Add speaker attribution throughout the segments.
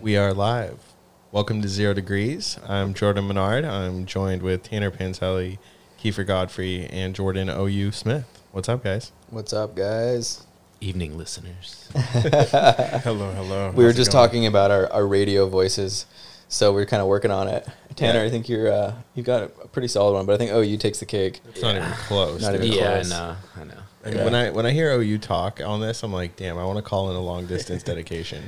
Speaker 1: we are live. Welcome to Zero Degrees. I'm Jordan Menard. I'm joined with Tanner Pantelli, Kiefer Godfrey, and Jordan OU Smith. What's up, guys?
Speaker 2: What's up, guys?
Speaker 3: Evening listeners.
Speaker 1: Hello, hello.
Speaker 2: We were just talking about our, our radio voices, so we're kind of working on it. Tanner,
Speaker 1: Yeah.
Speaker 2: I think you're uh, you've got a pretty solid one, but I think OU takes the cake.
Speaker 1: It's not even close.
Speaker 2: Not
Speaker 1: dude.
Speaker 2: even
Speaker 3: yeah, I
Speaker 2: close.
Speaker 3: know. I know.
Speaker 1: Like, When I when I hear OU talk on this, I'm like, damn, I want to call in a long distance dedication.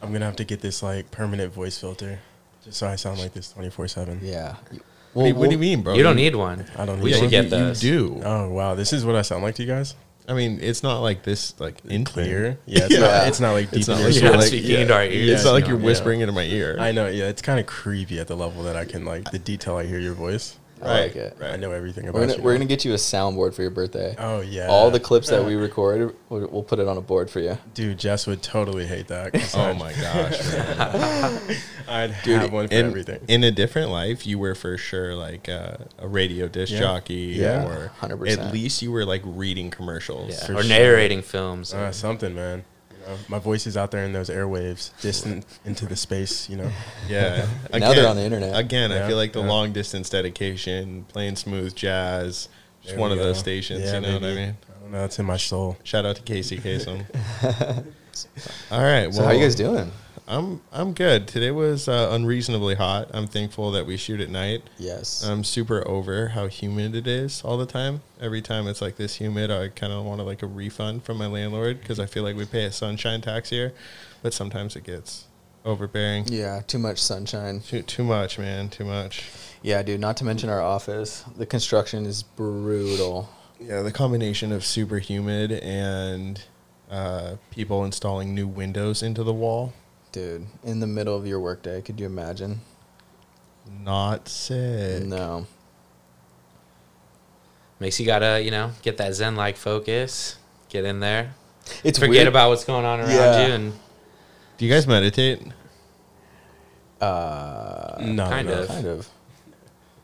Speaker 4: I'm gonna have to get this like permanent voice filter, just so I sound like this 24 seven.
Speaker 2: Yeah. Well,
Speaker 1: what, do you, what do
Speaker 2: we'll-
Speaker 1: you mean, bro?
Speaker 3: you don't need one.
Speaker 4: I don't
Speaker 3: We
Speaker 4: need
Speaker 3: should
Speaker 4: one.
Speaker 3: get
Speaker 1: you,
Speaker 3: those.
Speaker 1: You do.
Speaker 4: Oh wow, this is what I sound like to you guys.
Speaker 1: I mean, it's not like this, like in
Speaker 4: Clear. Yeah, it's, Not, it's not like deep.
Speaker 1: It's not
Speaker 4: in
Speaker 1: like
Speaker 4: your
Speaker 1: you're
Speaker 3: not
Speaker 1: like,
Speaker 3: speaking
Speaker 1: yeah,
Speaker 3: into our ears,
Speaker 1: It's not like
Speaker 3: you
Speaker 1: you're
Speaker 3: know?
Speaker 1: whispering into my ear.
Speaker 4: soul. I know. Yeah, it's kind of creepy at the level that I can like the detail I hear your voice.
Speaker 2: I like it.
Speaker 1: Right. Oh
Speaker 4: I know everything about
Speaker 2: We're gonna,
Speaker 4: you.
Speaker 2: we're gonna get you a soundboard for your birthday.
Speaker 4: Oh yeah.
Speaker 2: All the clips that we record, we'll, we'll put it on a board for you.
Speaker 4: dude, Jess would totally hate that. 'cause
Speaker 1: Oh
Speaker 4: I'd-
Speaker 1: my gosh, man.
Speaker 4: I'd
Speaker 2: Dude,
Speaker 4: have one for
Speaker 1: in,
Speaker 4: everything.
Speaker 1: in a different life, you were for sure like uh, a radio disc
Speaker 4: Yeah.
Speaker 1: jockey,
Speaker 4: Yeah.
Speaker 1: or
Speaker 2: 100%.
Speaker 1: at least you were like reading commercials.
Speaker 3: Yeah.
Speaker 4: For
Speaker 3: Or
Speaker 4: sure.
Speaker 3: narrating films.
Speaker 4: uh, something, man. You know, my voice is out there in those airwaves, distant into the space. You know.
Speaker 1: Yeah.
Speaker 2: Now they're on the internet.
Speaker 1: Again, I
Speaker 4: Yeah,
Speaker 1: feel like the
Speaker 4: yeah.
Speaker 1: long distance dedication, playing smooth jazz, just
Speaker 4: There
Speaker 1: one
Speaker 4: we
Speaker 1: of those
Speaker 4: go.
Speaker 1: stations.
Speaker 4: Yeah,
Speaker 1: you know what I
Speaker 4: baby.
Speaker 1: mean?
Speaker 4: I don't know. It's in my soul.
Speaker 1: Shout out to Casey Kasem. All right. Well,
Speaker 2: So how you guys doing?
Speaker 1: I'm I'm good. Today was uh, unreasonably hot. I'm thankful that we shoot at night.
Speaker 2: Yes.
Speaker 1: I'm super over how humid it is all the time. Every time it's like this humid, I kind of want to like a refund from my landlord because I feel like we pay a sunshine tax here, but sometimes it gets overbearing.
Speaker 2: yeah, too much sunshine.
Speaker 1: Too too much, man. Too much.
Speaker 2: Yeah, dude. Not to mention our office. The construction is brutal.
Speaker 1: Yeah, the combination of super humid and uh, people installing new windows into the wall.
Speaker 2: Dude, in the middle of your workday, could you imagine?
Speaker 1: Not sick.
Speaker 2: No.
Speaker 3: Makes you gotta, you know, get that zen like focus. Get in there.
Speaker 2: It's
Speaker 3: Forget
Speaker 2: weird.
Speaker 3: about what's going on around
Speaker 2: Yeah.
Speaker 3: you and
Speaker 1: Do you guys meditate?
Speaker 2: Uh,
Speaker 4: no,
Speaker 3: kind of.
Speaker 2: kind of.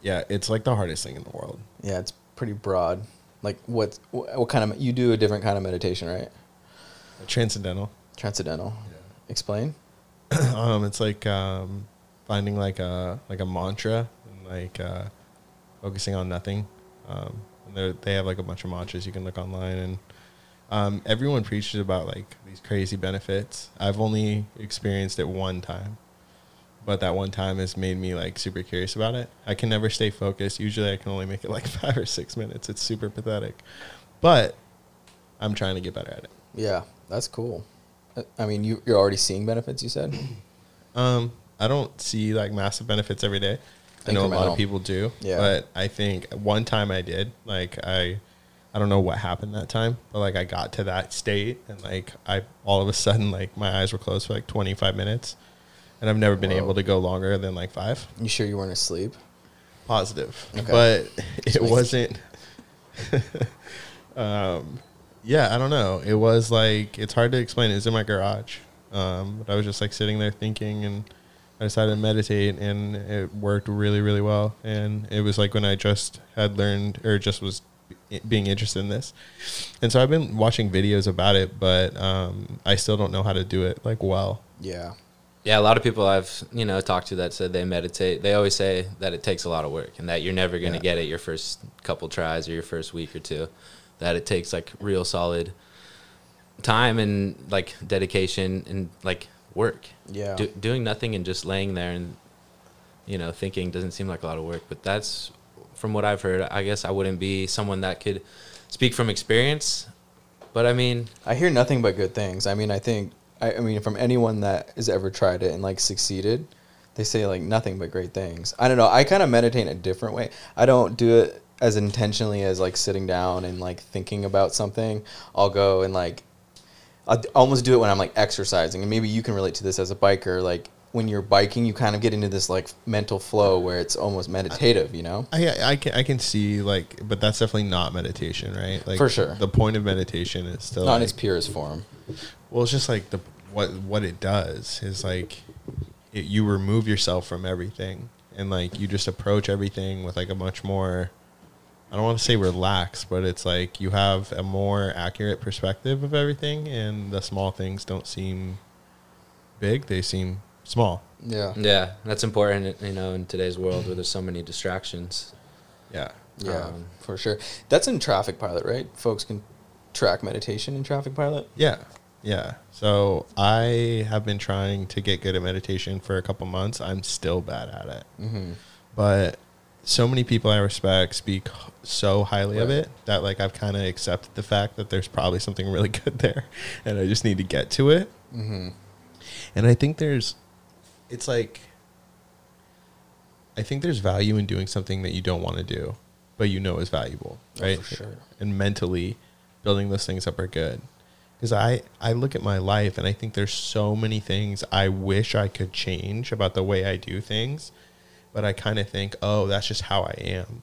Speaker 1: Yeah, it's like the hardest thing in the world.
Speaker 2: Yeah, it's pretty broad. Like what? wh- What kind of? You do a different kind of meditation, right?
Speaker 1: Transcendental.
Speaker 2: Transcendental. Explain.
Speaker 1: um, it's like um, finding like a like a mantra and like uh, focusing on nothing. Um, and they're- they have like a bunch of mantras you can look online, and um, everyone preaches about like these crazy benefits. I've only experienced it one time, but that one time has made me like super curious about it. I can never stay focused. Usually, I can only make it like five or six minutes. It's super pathetic, but I'm trying to get better at it.
Speaker 2: Yeah, that's cool. Uh, I mean, you you're already seeing benefits. You said.
Speaker 1: Um, I don't see like massive benefits every day. I know a lot
Speaker 2: Incremental.
Speaker 1: of people do.
Speaker 2: Yeah.
Speaker 1: But I think one time I did. Like I I don't know what happened that time, but like I got to that state and like I all of a sudden like my eyes were closed for like twenty five minutes. And I've never been
Speaker 2: Whoa.
Speaker 1: able to go longer than like five.
Speaker 2: You sure you weren't asleep?
Speaker 1: Positive.
Speaker 2: Okay.
Speaker 1: But
Speaker 2: Just
Speaker 1: it
Speaker 2: making-
Speaker 1: wasn't um yeah, I don't know. It was like it's hard to explain. It was in my garage. Um, but I was just like sitting there thinking and I decided to meditate and it worked really, really well. And it was like when I just had learned or just was i- being interested in this. And so I've been watching videos about it, but um, I still don't know how to do it like well.
Speaker 2: Yeah.
Speaker 3: yeah, a lot of people I've, you know, talked to that said they meditate. They always say that it takes a lot of work and that you're never gonna
Speaker 1: Yeah.
Speaker 3: get it your first couple tries or your first week or two. That it takes like real solid time and like dedication and like work.
Speaker 2: Yeah.
Speaker 3: Do, doing nothing and just laying there and you know thinking doesn't seem like a lot of work but that's from what i've heard i guess i wouldn't be someone that could speak from experience but i mean
Speaker 2: I hear nothing but good things. I mean, I think, I, I mean, from anyone that has ever tried it and like succeeded, they say like nothing but great things. I don't know. I kind of meditate in a different way. I don't do it as intentionally as like sitting down and like thinking about something. I'll go and like, I almost do it when I'm like exercising. And maybe you can relate to this as a biker. Like when you're biking, you kind of get into this like mental flow where it's almost meditative, you know?
Speaker 1: I, I can I can see like, but that's definitely not meditation, right? Like
Speaker 2: For sure.
Speaker 1: The point of meditation is still
Speaker 2: Not in
Speaker 1: like-
Speaker 2: its purest form.
Speaker 1: Well, it's just like the what what it does is like it, you remove yourself from everything and like you just approach everything with like a much more I don't want to say relaxed, but it's like you have a more accurate perspective of everything and the small things don't seem big, they seem small.
Speaker 5: Yeah.
Speaker 3: Yeah, that's important, you know, in today's world where there's so many distractions.
Speaker 1: Yeah.
Speaker 5: Yeah,
Speaker 3: Um,
Speaker 5: for sure. That's in Traffic Pilot, right? Folks can track meditation in Traffic Pilot.
Speaker 1: Yeah. Yeah. So I have been trying to get good at meditation for a couple months. I'm still bad at it.
Speaker 5: Mm-hmm.
Speaker 1: But so many people I respect speak so highly of
Speaker 5: Right.
Speaker 1: it that like I've kind of accepted the fact that there's probably something really good there and I just need to get to it.
Speaker 5: Mm-hmm.
Speaker 1: And I think there's, it's like, I think there's value in doing something that you don't want to do, but you know is valuable,
Speaker 5: Oh,
Speaker 1: right?
Speaker 5: for sure.
Speaker 1: And mentally, building those things up are good. Because I, I look at my life and I think there's so many things I wish I could change about the way I do things, but I kind of think, oh, that's just how I am.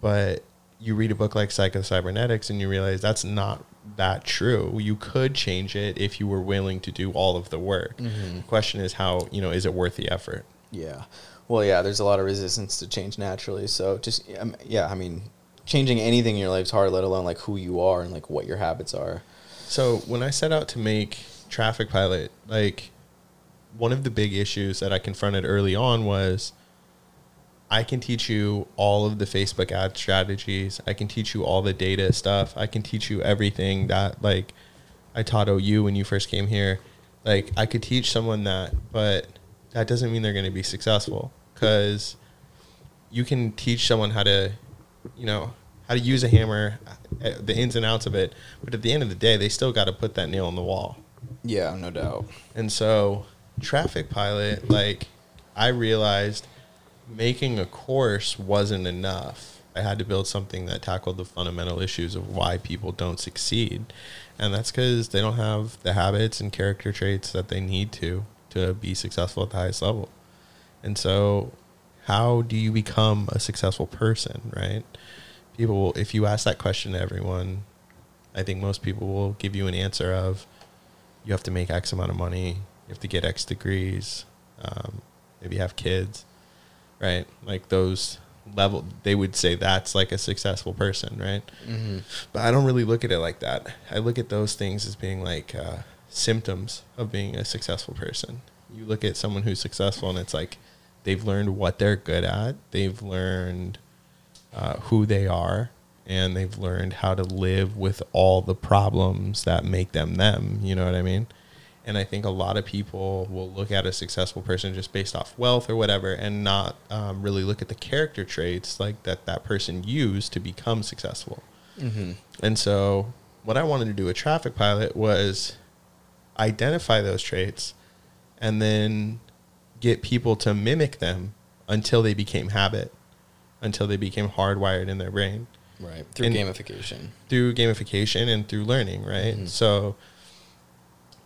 Speaker 1: But you read a book like Psycho Cybernetics and you realize that's not that true. You could change it if you were willing to do all of the work. The question is how, you know, is it worth the effort?
Speaker 5: Yeah. Well, yeah, there's a lot of resistance to change naturally. So just, um, yeah, I mean, changing anything in your life's hard, let alone like who you are and like what your habits are.
Speaker 1: So when I set out to make Traffic Pilot, like one of the big issues that I confronted early on was I can teach you all of the Facebook ad strategies. I can teach you all the data stuff. I can teach you everything that like I taught OU when you first came here. Like I could teach someone that, but that doesn't mean they're going to be successful cuz you can teach someone how to, you know, how to use a hammer, uh, the ins and outs of it. But at the end of the day, they still got to put that nail in the wall.
Speaker 5: Yeah, no doubt.
Speaker 1: And so, Traffic Pilot, like, I realized making a course wasn't enough. I had to build something that tackled the fundamental issues of why people don't succeed. And that's because they don't have the habits and character traits that they need to to be successful at the highest level. And so, how do you become a successful person, right? People, will, if you ask that question to everyone, I think most people will give you an answer of, you have to make X amount of money, you have to get X degrees, um, maybe have kids, right? Like those level, they would say that's like a successful person, right?
Speaker 5: Mm-hmm.
Speaker 1: But I don't really look at it like that. I look at those things as being like uh, symptoms of being a successful person. You look at someone who's successful, and it's like they've learned what they're good at, they've learned uh, who they are, and they've learned how to live with all the problems that make them them. You know what I mean? And I think a lot of people will look at a successful person just based off wealth or whatever, and not um, really look at the character traits like that that person used to become successful.
Speaker 5: Mm-hmm.
Speaker 1: And so, what I wanted to do with Traffic Pilot was identify those traits and then get people to mimic them until they became habit, until they became hardwired in their brain
Speaker 5: Right. Through
Speaker 1: And-
Speaker 5: gamification.
Speaker 1: through gamification and through learning, right? So,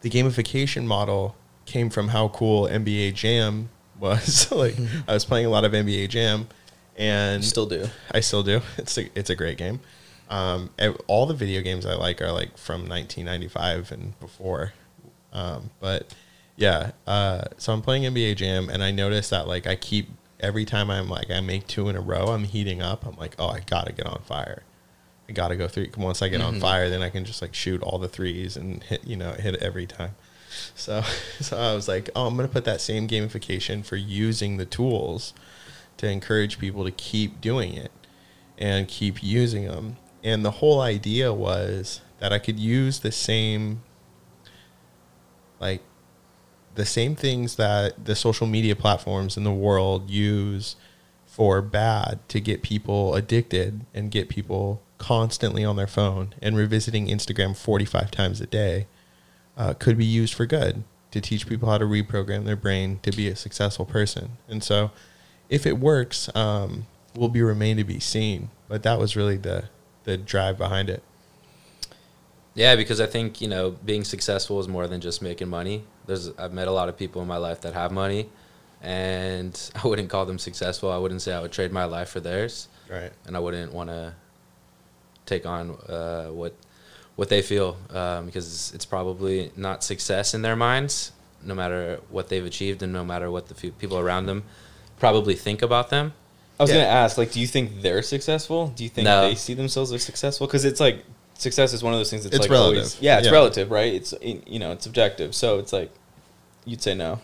Speaker 1: the gamification model came from how cool NBA Jam was. like, I was playing a lot of NBA Jam and
Speaker 5: Still do.
Speaker 1: I still do. It's a, it's a great game. Um, ev- all the video games I like are like from 1995 and before. Um, but yeah, uh, so I'm playing NBA Jam, and I notice that like I keep every time I'm like I make two in a row, I'm heating up. I'm like, oh, I gotta get on fire. I gotta go three. Once I get on fire, then I can just like shoot all the threes and hit you know hit it every time. So so I was like, oh, I'm gonna put that same gamification for using the tools to encourage people to keep doing it and keep using them. And the whole idea was that I could use the same, like, the same things that the social media platforms in the world use for bad to get people addicted and get people constantly on their phone and revisiting Instagram 45 times a day uh, could be used for good to teach people how to reprogram their brain to be a successful person. And so, if it works, um, will be remain to be seen. But that was really the the drive behind it.
Speaker 3: Yeah, because I think you know being successful is more than just making money. There's I've met a lot of people in my life that have money, and I wouldn't call them successful. I wouldn't say I would trade my life for theirs,
Speaker 1: Right.
Speaker 3: and I wouldn't want to take on uh, what what they feel um, because it's, it's probably not success in their minds, no matter what they've achieved and no matter what the few people around them probably think about them.
Speaker 5: I was
Speaker 1: Yeah.
Speaker 5: gonna ask, like, do you think they're successful? Do you think
Speaker 3: No.
Speaker 5: they see themselves as successful? Because it's like success is one of those things that's
Speaker 1: It's
Speaker 5: like
Speaker 1: relative.
Speaker 5: always, yeah, it's
Speaker 1: Yeah.
Speaker 5: relative, right? It's you know, it's subjective. So it's like You'd say no.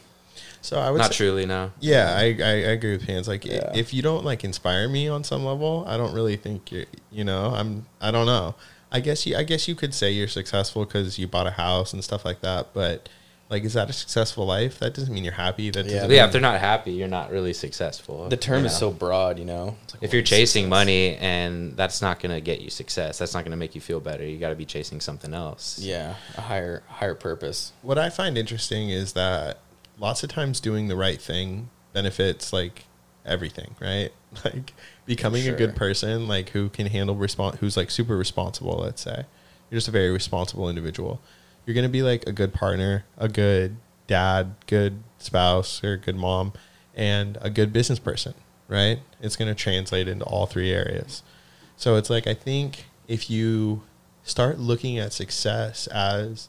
Speaker 1: So I would
Speaker 3: Not
Speaker 1: say-
Speaker 3: truly, no.
Speaker 1: Yeah, I, I, I agree with Pans. Like, i-
Speaker 5: Yeah.
Speaker 1: if you don't like inspire me on some level, I don't really think you. are You know, I'm. I don't know. I guess you. I guess you could say you're successful because you bought a house and stuff like that. But like, is that a successful life? That doesn't mean you're happy. That
Speaker 5: Yeah.
Speaker 1: doesn't
Speaker 3: Yeah, if they're not happy, you're not really successful.
Speaker 5: The term
Speaker 3: you
Speaker 5: is
Speaker 3: know?
Speaker 5: so broad, you know. It's like,
Speaker 3: If
Speaker 5: well,
Speaker 3: you're
Speaker 5: it's-
Speaker 3: chasing money and that's not going to get you success, that's not going to make you feel better. You got to be chasing something else.
Speaker 5: yeah, a higher higher purpose.
Speaker 1: what I find interesting is that lots of times doing the right thing benefits like everything, right? Like becoming a
Speaker 5: Sure.
Speaker 1: good person, like who can handle respons who's like super responsible, let's say. You're just a very responsible individual. You're going to be like a good partner, a good dad, good spouse or good mom and a good business person, right? It's going to translate into all three areas. So it's like I think if you start looking at success as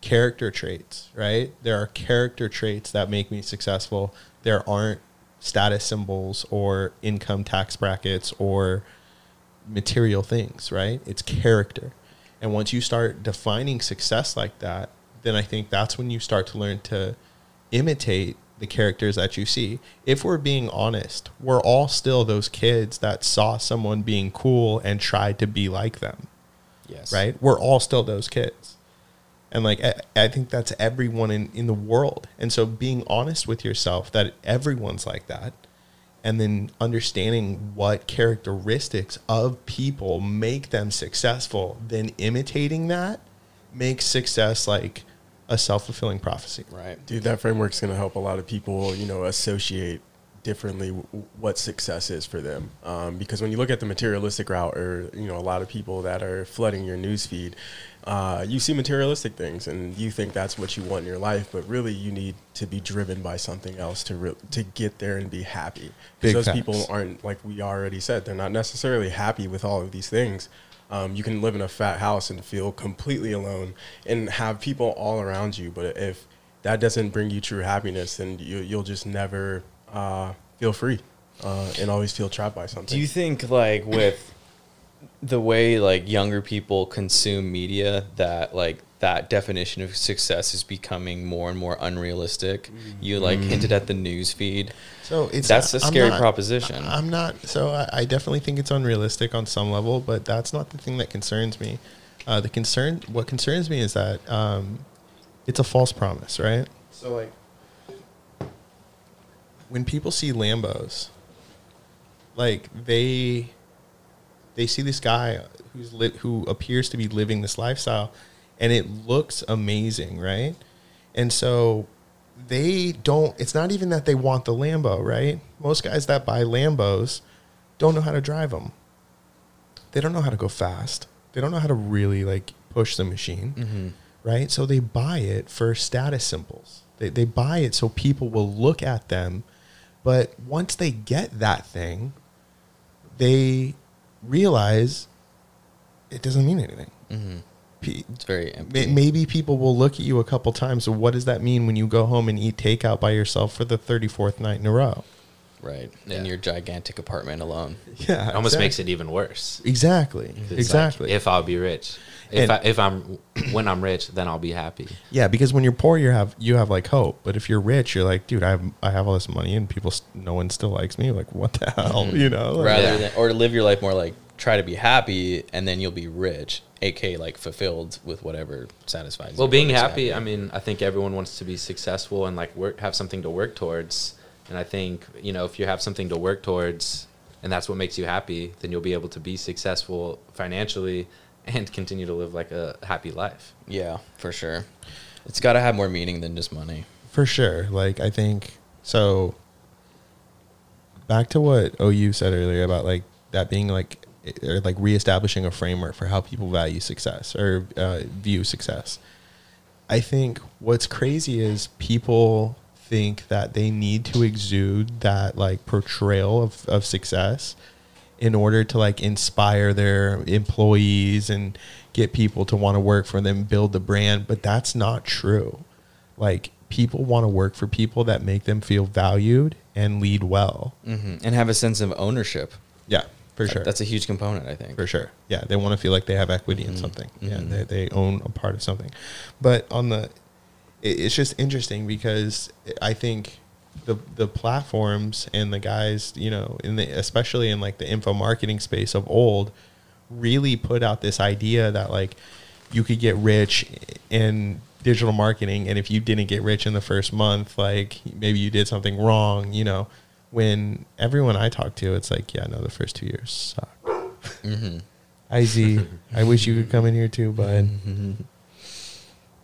Speaker 1: character traits, right? There are character traits that make me successful. There aren't status symbols or income tax brackets or material things, right? It's character. And once you start defining success like that, then I think that's when you start to learn to imitate the characters that you see. If we're being honest, we're all still those kids that saw someone being cool and tried to be like them
Speaker 5: Yes.
Speaker 1: right? We're all still those kids. And like, I, I think that's everyone in, in the world. And so being honest with yourself that everyone's like that, and then understanding what characteristics of people make them successful, then imitating that makes success like a self fulfilling prophecy.
Speaker 5: Right.
Speaker 4: Dude, that framework's going to help a lot of people, you know, associate differently w- w- what success is for them. Um, because when you look at the materialistic route or, you know, a lot of people that are flooding your newsfeed, uh, you see materialistic things and you think that's what you want in your life, but really you need to be driven by something else to re- to get there and be happy.
Speaker 1: Big
Speaker 4: Because those
Speaker 1: facts.
Speaker 4: people aren't, like we already said, they're not necessarily happy with all of these things. Um, you can live in a fat house and feel completely alone and have people all around you. But if that doesn't bring you true happiness, then you, you'll just never uh, feel free uh, and always feel trapped by something.
Speaker 5: Do you think like with the way like younger people consume media that like that definition of success is becoming more and more unrealistic? You like hinted at the news feed.
Speaker 1: So Mm. it's
Speaker 5: That's a
Speaker 1: I'm
Speaker 5: scary
Speaker 1: not-
Speaker 5: proposition.
Speaker 1: I- I'm not. So I, I definitely think it's unrealistic on some level, but that's not the thing that concerns me. Uh, the concern, what concerns me, is that um, it's a false promise, right? So like, when people see Lambos, like they they see this guy who's li- who appears to be living this lifestyle and it looks amazing right and so they don't it's not even that they want the lambo right most guys that buy lambos don't know how to drive them they don't know how to go fast they don't know how to really like push the machine
Speaker 3: Mm-hmm.
Speaker 1: right so they buy it for status symbols they, they buy it so people will look at them but once they get that thing they realize it doesn't mean anything.
Speaker 3: Mm-hmm.
Speaker 1: P-
Speaker 5: It's very empty.
Speaker 1: may- Maybe people will look at you a couple times. So, what does that mean when you go home and eat takeout by yourself for the 34th night in a row?
Speaker 5: Right.
Speaker 3: Yeah.
Speaker 5: In your gigantic apartment alone.
Speaker 1: Yeah.
Speaker 3: It almost makes it even worse.
Speaker 1: Exactly.
Speaker 3: It's like,
Speaker 1: Exactly.
Speaker 3: if I'll be rich, if
Speaker 1: And-
Speaker 3: I, if I'm when I'm rich, then I'll be happy.
Speaker 1: yeah, because when you're poor, you have you have like hope. But if you're rich, you're like, dude, I have I have all this money, and people, st- no one still likes me. Like, what the hell, you know? Like,
Speaker 5: Rather
Speaker 3: Yeah.
Speaker 5: than or live your life more like try to be happy and then you'll be rich, aka like fulfilled with whatever satisfies
Speaker 3: Well,
Speaker 5: you,
Speaker 3: being
Speaker 5: whatever's
Speaker 3: happy, I mean, I think everyone wants to be successful and like work, have something to work towards. And I think, you know, if you have something to work towards and that's what makes you happy, then you'll be able to be successful financially and continue to live like a happy life.
Speaker 5: Yeah, for sure. It's got to have more meaning than just money.
Speaker 1: For sure. Like I think so. Back to what OU said earlier about like that being like it- or like reestablishing a framework for how people value success or uh, view success. I think what's crazy is people think that they need to exude that like portrayal of, of success in order to like inspire their employees and get people to want to work for them, build the brand, but that's not true. Like people want to work for people that make them feel valued and lead well.
Speaker 5: hmm And have a sense of ownership.
Speaker 1: Yeah, for sure.
Speaker 5: That's a huge component, I think.
Speaker 1: for sure. Yeah, they want to feel like they have equity in something. Yeah, they, they own a part of something. But on the it, it's just interesting because I think the the platforms and the guys, you know, in the especially in like the info marketing space of old, really put out this idea that like you could get rich in digital marketing, and if you didn't get rich in the first month, like maybe you did something wrong, you know. When everyone I talk to, it's like, yeah, no, the first two years sucked. IZ, I wish you could come in here too, bud.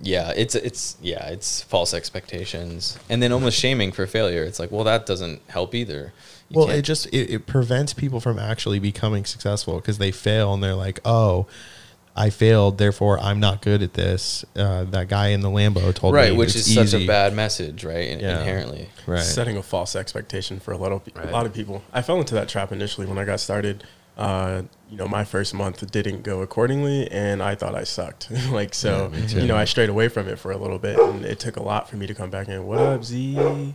Speaker 2: yeah it's it's yeah it's false expectations and then almost shaming for failure it's like well that doesn't help either You
Speaker 1: well,
Speaker 2: can't-
Speaker 1: it just it, it prevents people from actually becoming successful because they fail and they're like, oh, I failed, therefore I'm not good at this. Uh, that guy in the Lambo told me,
Speaker 2: right which
Speaker 1: it's
Speaker 2: is such a
Speaker 1: easy.
Speaker 2: bad message right in-
Speaker 1: Yeah.
Speaker 2: inherently
Speaker 1: right.
Speaker 4: setting a false expectation for a lot of pe-
Speaker 3: Right.
Speaker 4: a lot of people. I fell into that trap initially when I got started. Uh, you know, my first month didn't go accordingly, and I thought I sucked. like so, you know, I strayed away from it for a little bit, and it took a lot for me to come back in. What up, Z?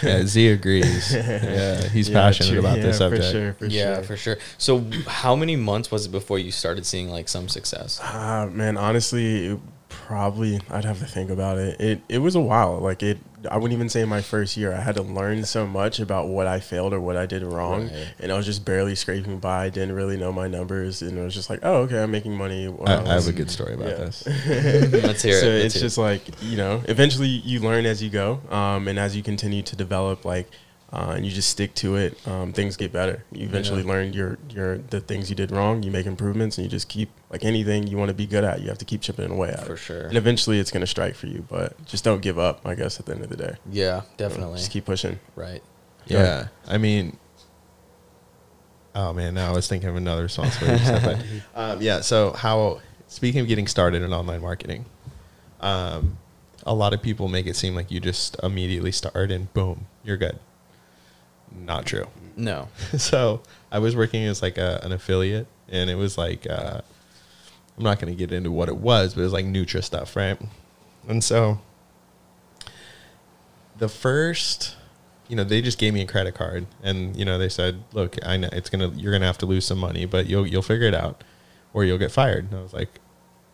Speaker 1: yeah, Z agrees. yeah, he's
Speaker 4: Yeah,
Speaker 1: passionate
Speaker 4: true.
Speaker 1: about this
Speaker 4: Yeah,
Speaker 1: subject.
Speaker 4: For sure, for
Speaker 2: yeah
Speaker 4: sure.
Speaker 2: for sure so how many months was it before you started seeing like some success
Speaker 4: Uh, man, honestly, it probably I'd have to think about it. It it was a while. Like it, I wouldn't even say my first year. I had to learn so much about what I failed or what I did wrong,
Speaker 2: Right.
Speaker 4: and I was just barely scraping by. I didn't really know my numbers, and it was just like, oh, okay, I'm making money. Wow,
Speaker 1: I, I have
Speaker 4: that's-
Speaker 1: a good story about
Speaker 4: Yeah.
Speaker 1: this.
Speaker 2: let's hear
Speaker 4: so
Speaker 2: it let's
Speaker 4: it's
Speaker 2: hear it.
Speaker 4: just like you know eventually you learn as you go um, and as you continue to develop like uh, and you just stick to it um, things get better you eventually learn your your the things you did wrong you make improvements and you just keep like anything you want to be good at you have to keep chipping away at
Speaker 2: For
Speaker 4: it
Speaker 2: sure.
Speaker 4: and eventually it's going to strike for you but just don't give up i guess at the end of the day
Speaker 2: yeah definitely
Speaker 4: just keep pushing
Speaker 2: right
Speaker 1: Yeah, I mean, oh man, now I was thinking of another response. for you said that. um, yeah, so how? Speaking of getting started in online marketing, um, a lot of people make it seem like you just immediately start and boom, you're good. Not true.
Speaker 2: no
Speaker 1: so I was working as like a, an affiliate, and it was like uh, I'm not going to get into what it was, but it was like Nutra stuff, right? And so the first, you know, they just gave me a credit card, and you know, they said, "Look, I know it's gonna you're gonna have to lose some money, but you'll you'll figure it out, or you'll get fired." And I was like,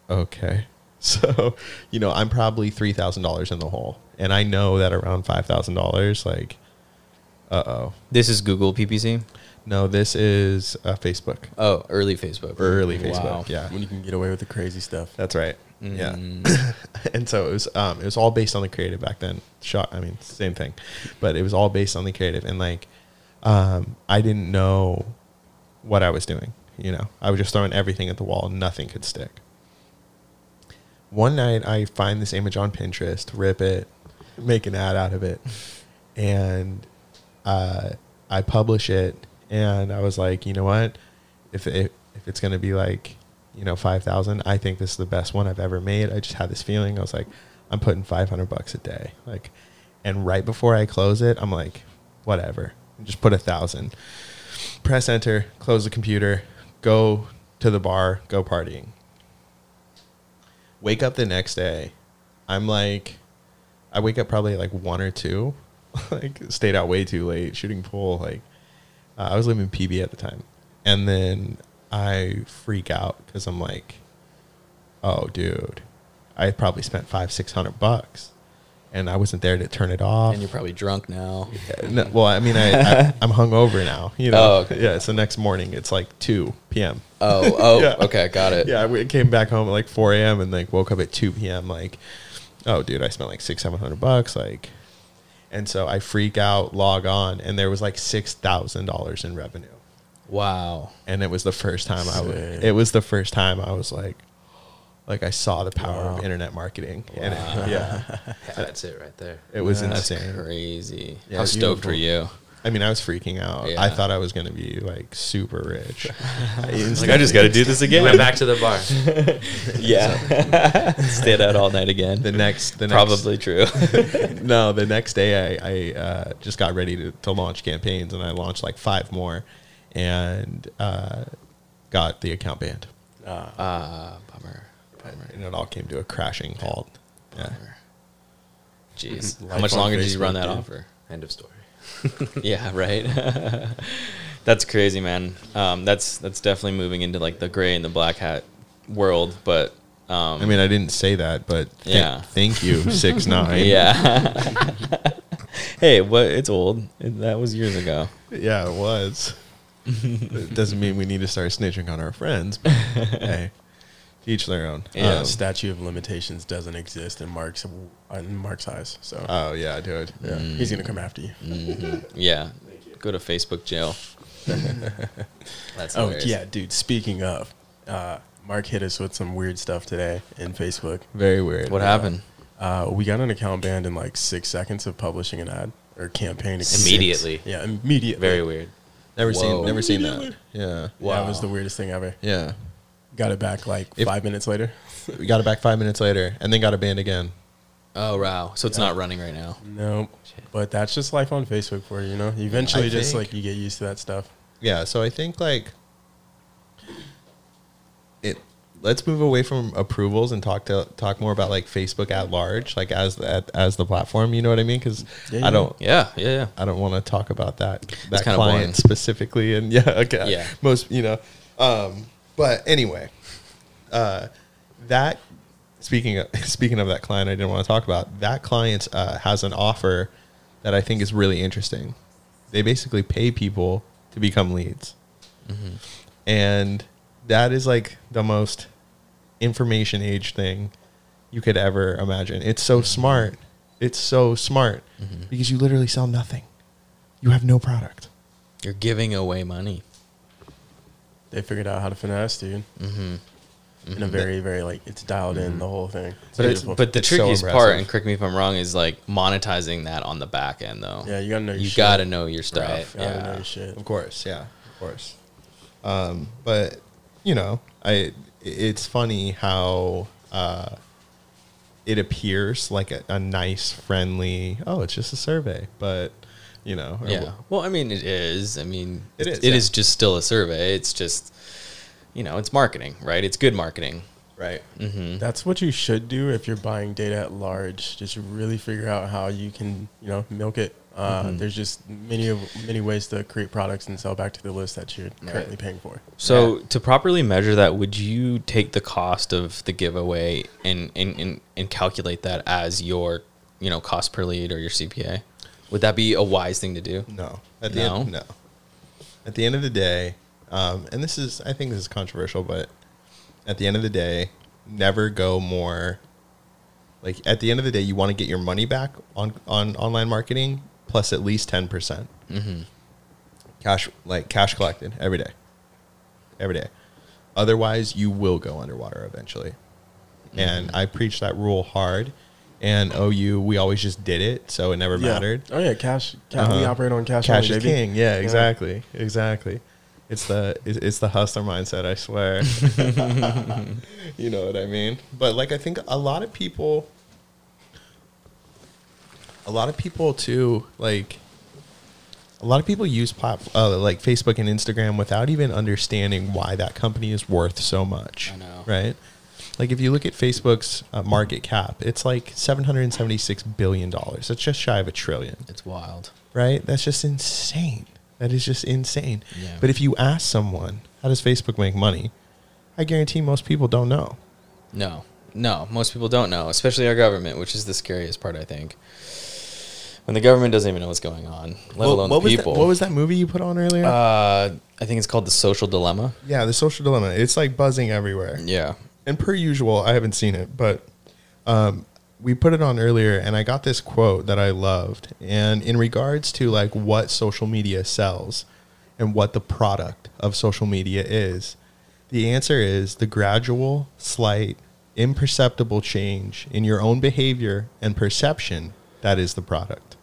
Speaker 1: okay. So, you know, I'm probably three thousand dollars in the hole, and I know that around five thousand dollars, like, uh oh,
Speaker 2: this is google ppc
Speaker 1: no, this is uh, Facebook.
Speaker 2: oh early facebook
Speaker 1: Early
Speaker 2: Wow.
Speaker 1: Facebook. Yeah.
Speaker 4: when you can get away with the crazy stuff
Speaker 1: That's right. Yeah. and so it was um it was all based on the creative back then. Shot I mean, same thing. But it was all based on the creative and like um I didn't know what I was doing, you know. I was just throwing everything at the wall and nothing could stick. One night I find this image on Pinterest, rip it, make an ad out of it, and uh, I publish it, and I was like, you know what? If it, if it's gonna be like, you know, five thousand, I think this is the best one I've ever made. I just had this feeling. I was like, I'm putting five hundred bucks a day, like, and right before I close it, I'm like, whatever, just put a thousand. Press enter, close the computer, go to the bar, go partying. Wake up the next day, I'm like, I wake up probably at like one or two, like stayed out way too late shooting pool. Like uh, I was living in PB at the time, and then I freak out because I'm like, oh dude, I probably spent five six hundred bucks, and I wasn't there to turn it off.
Speaker 2: and you're probably drunk now
Speaker 1: Yeah, Uh, no, well, I mean, I, I I'm hungover now, you know.
Speaker 2: Oh, okay.
Speaker 1: Yeah, it's the next morning. It's like two p.m.
Speaker 2: oh oh
Speaker 1: Yeah.
Speaker 2: okay got it
Speaker 1: Yeah, we came back home at like 4 a.m. and like woke up at 2 p.m. Like, oh, dude, I spent like six, seven hundred bucks. Like, and so I freak out, log on, and there was like six thousand dollars in revenue,
Speaker 2: wow
Speaker 1: and it was the first time I was.
Speaker 4: Sick.
Speaker 1: It was the first time I was like, like I saw the power of internet marketing, and it, yeah,
Speaker 3: Yeah, that's it right there.
Speaker 1: it was
Speaker 2: that's
Speaker 1: insane.
Speaker 2: crazy
Speaker 1: Yeah,
Speaker 2: how stoked
Speaker 1: beautiful.
Speaker 2: were you
Speaker 1: I mean, I was freaking out.
Speaker 2: Yeah.
Speaker 1: I thought I was gonna be like super rich.
Speaker 2: like i just got to do this
Speaker 3: Went back to the bar.
Speaker 2: Yeah. Stayed out all night again.
Speaker 1: the next, the next,
Speaker 2: Probably true.
Speaker 1: no, the next day I, I uh, just got ready to, to launch campaigns and I launched like five more and uh, got the account banned.
Speaker 2: Ah, bummer.
Speaker 1: And it all came to a crashing halt. Yeah.
Speaker 2: Jeez. How
Speaker 4: Life
Speaker 2: much
Speaker 4: on
Speaker 2: longer did you
Speaker 4: Facebook,
Speaker 2: run that
Speaker 4: dude.
Speaker 2: offer?
Speaker 3: End of story.
Speaker 2: Yeah, right. that's crazy, man. Um, that's that's definitely moving into like the gray and the black hat world, but Um,
Speaker 1: I mean, I didn't say that, but th-
Speaker 2: Yeah.
Speaker 1: thank you, six nine.
Speaker 2: yeah. hey, what? It's old. It- that was years ago.
Speaker 1: yeah, it was. it doesn't mean we need to start snitching on our friends. But hey, to each their own.
Speaker 2: Yeah.
Speaker 1: Um,
Speaker 4: Uh, statue of limitations doesn't exist in Mark's in Mark's eyes. So
Speaker 2: Uh,
Speaker 1: oh yeah, dude.
Speaker 4: yeah, he's
Speaker 2: mm.
Speaker 4: gonna come after you.
Speaker 2: Yeah. Go to Facebook jail. That's
Speaker 4: Oh
Speaker 2: hilarious.
Speaker 4: yeah, dude. Speaking of, uh, Mark hit us with some weird stuff today in Facebook.
Speaker 1: Very weird.
Speaker 2: What happened?
Speaker 4: Uh, we got an account banned in like six seconds of publishing an ad or campaign.
Speaker 3: Immediately.
Speaker 4: Yeah, immediately.
Speaker 3: Very weird.
Speaker 1: Never
Speaker 2: Whoa.
Speaker 1: seen. Never seen that. Yeah.
Speaker 4: Yeah,
Speaker 3: Wow.
Speaker 4: it was the weirdest thing ever.
Speaker 1: Yeah.
Speaker 4: Got it back like
Speaker 1: If-
Speaker 4: five minutes later.
Speaker 1: We got it back five minutes later, and then got it banned again.
Speaker 2: Oh wow. So it's not running right now.
Speaker 4: No, but that's just life on Facebook for you, you know. Eventually,
Speaker 1: I
Speaker 4: just
Speaker 1: think-
Speaker 4: like you get used to that stuff.
Speaker 1: Yeah. So I think like it. Let's move away from approvals and talk to talk more about like Facebook at large, like as the as the platform. You know what I mean? Because
Speaker 4: Yeah,
Speaker 1: I don't.
Speaker 2: Yeah. Yeah. Yeah.
Speaker 1: I don't want to talk about that that client
Speaker 2: kinda boring.
Speaker 1: specifically, and yeah, okay,
Speaker 2: Yeah.
Speaker 1: most you know. Um, but anyway, uh, that speaking of, speaking of that client, I didn't want to talk about that client uh, has an offer that I think is really interesting. They basically pay people to become leads, and that is like the most information age thing you could ever imagine. It's so smart. It's so smart because you literally sell nothing. You have no product.
Speaker 2: You're giving away money.
Speaker 4: They figured out how to finesse, dude.
Speaker 2: Mm-hmm.
Speaker 4: In a very, very like it's dialed in the whole thing. It's
Speaker 2: But it's,
Speaker 4: beautiful.
Speaker 2: but the
Speaker 1: It's so
Speaker 2: trickiest part,
Speaker 1: impressive.
Speaker 2: and correct me if I'm wrong, is like monetizing that on the back end though.
Speaker 4: yeah, you gotta know. Your
Speaker 2: you
Speaker 4: shit.
Speaker 2: gotta know your stuff.
Speaker 4: Gotta know
Speaker 2: Yeah.
Speaker 4: your shit.
Speaker 1: Of course, yeah, of course. Um, but you know, I it's funny how uh, it appears like a, a nice, friendly. Oh, it's just a survey, but you know, or
Speaker 2: Yeah. Well, I mean, it is. I mean,
Speaker 1: It
Speaker 2: it's-
Speaker 1: is,
Speaker 2: It is
Speaker 1: yeah.
Speaker 2: just still a survey. It's just, you know, it's marketing, right? It's good marketing.
Speaker 1: right?
Speaker 4: That's what you should do if you're buying data at large. Just really figure out how you can, you know, milk it. Uh,
Speaker 1: Mm-hmm.
Speaker 4: There's just many of many ways to create products and sell back to the list that you're currently paying for.
Speaker 2: So to properly measure that, would you take the cost of the giveaway and and, and and calculate that as your you know cost per lead or your CPA? Would that be a wise thing to do?
Speaker 1: No. At the
Speaker 2: No?
Speaker 1: end, no. At the end of the day, um, and this is, I think this is controversial, but at the end of the day, never go more. Like at the end of the day, you want to get your money back on on online marketing plus at least ten percent cash, like cash collected every day, every day. Otherwise, you will go underwater eventually. And I preach that rule hard. And OU, we always just did it, so it never mattered
Speaker 4: Oh yeah, cash. cash We
Speaker 1: Uh-huh.
Speaker 4: operate on cash.
Speaker 1: cash
Speaker 4: only,
Speaker 1: is
Speaker 4: baby.
Speaker 1: king. Yeah, exactly, exactly. It's the it's- it's the hustler mindset. I swear. you know what I mean. But like, I think a lot of people, a lot of people too, like. A lot of people use plat- uh, like Facebook and Instagram without even understanding why that company is worth so much.
Speaker 2: I know.
Speaker 1: right? Like if you look at Facebook's uh, market cap, it's like seven hundred seventy-six billion dollars. That's just shy of a trillion
Speaker 2: It's wild.
Speaker 1: right? That's just insane. That is just insane.
Speaker 2: Yeah.
Speaker 1: But if you ask someone, how does Facebook make money? I guarantee most people don't know.
Speaker 2: No, no, most people don't know, especially our government, which is the scariest part. I think when the government doesn't even know what's going on, let alone
Speaker 1: what
Speaker 2: the
Speaker 1: was
Speaker 2: people.
Speaker 1: That, what was that movie you put on earlier?
Speaker 2: uh, I think it's called the social dilemma.
Speaker 1: yeah, The Social Dilemma. It's like buzzing everywhere.
Speaker 2: Yeah.
Speaker 1: and per usual, I haven't seen it, but um, we put it on earlier, and I got this quote that I loved. And in regards to like what social media sells and what the product of social media is, the answer is the gradual, slight, imperceptible change in your own behavior and perception that is the product.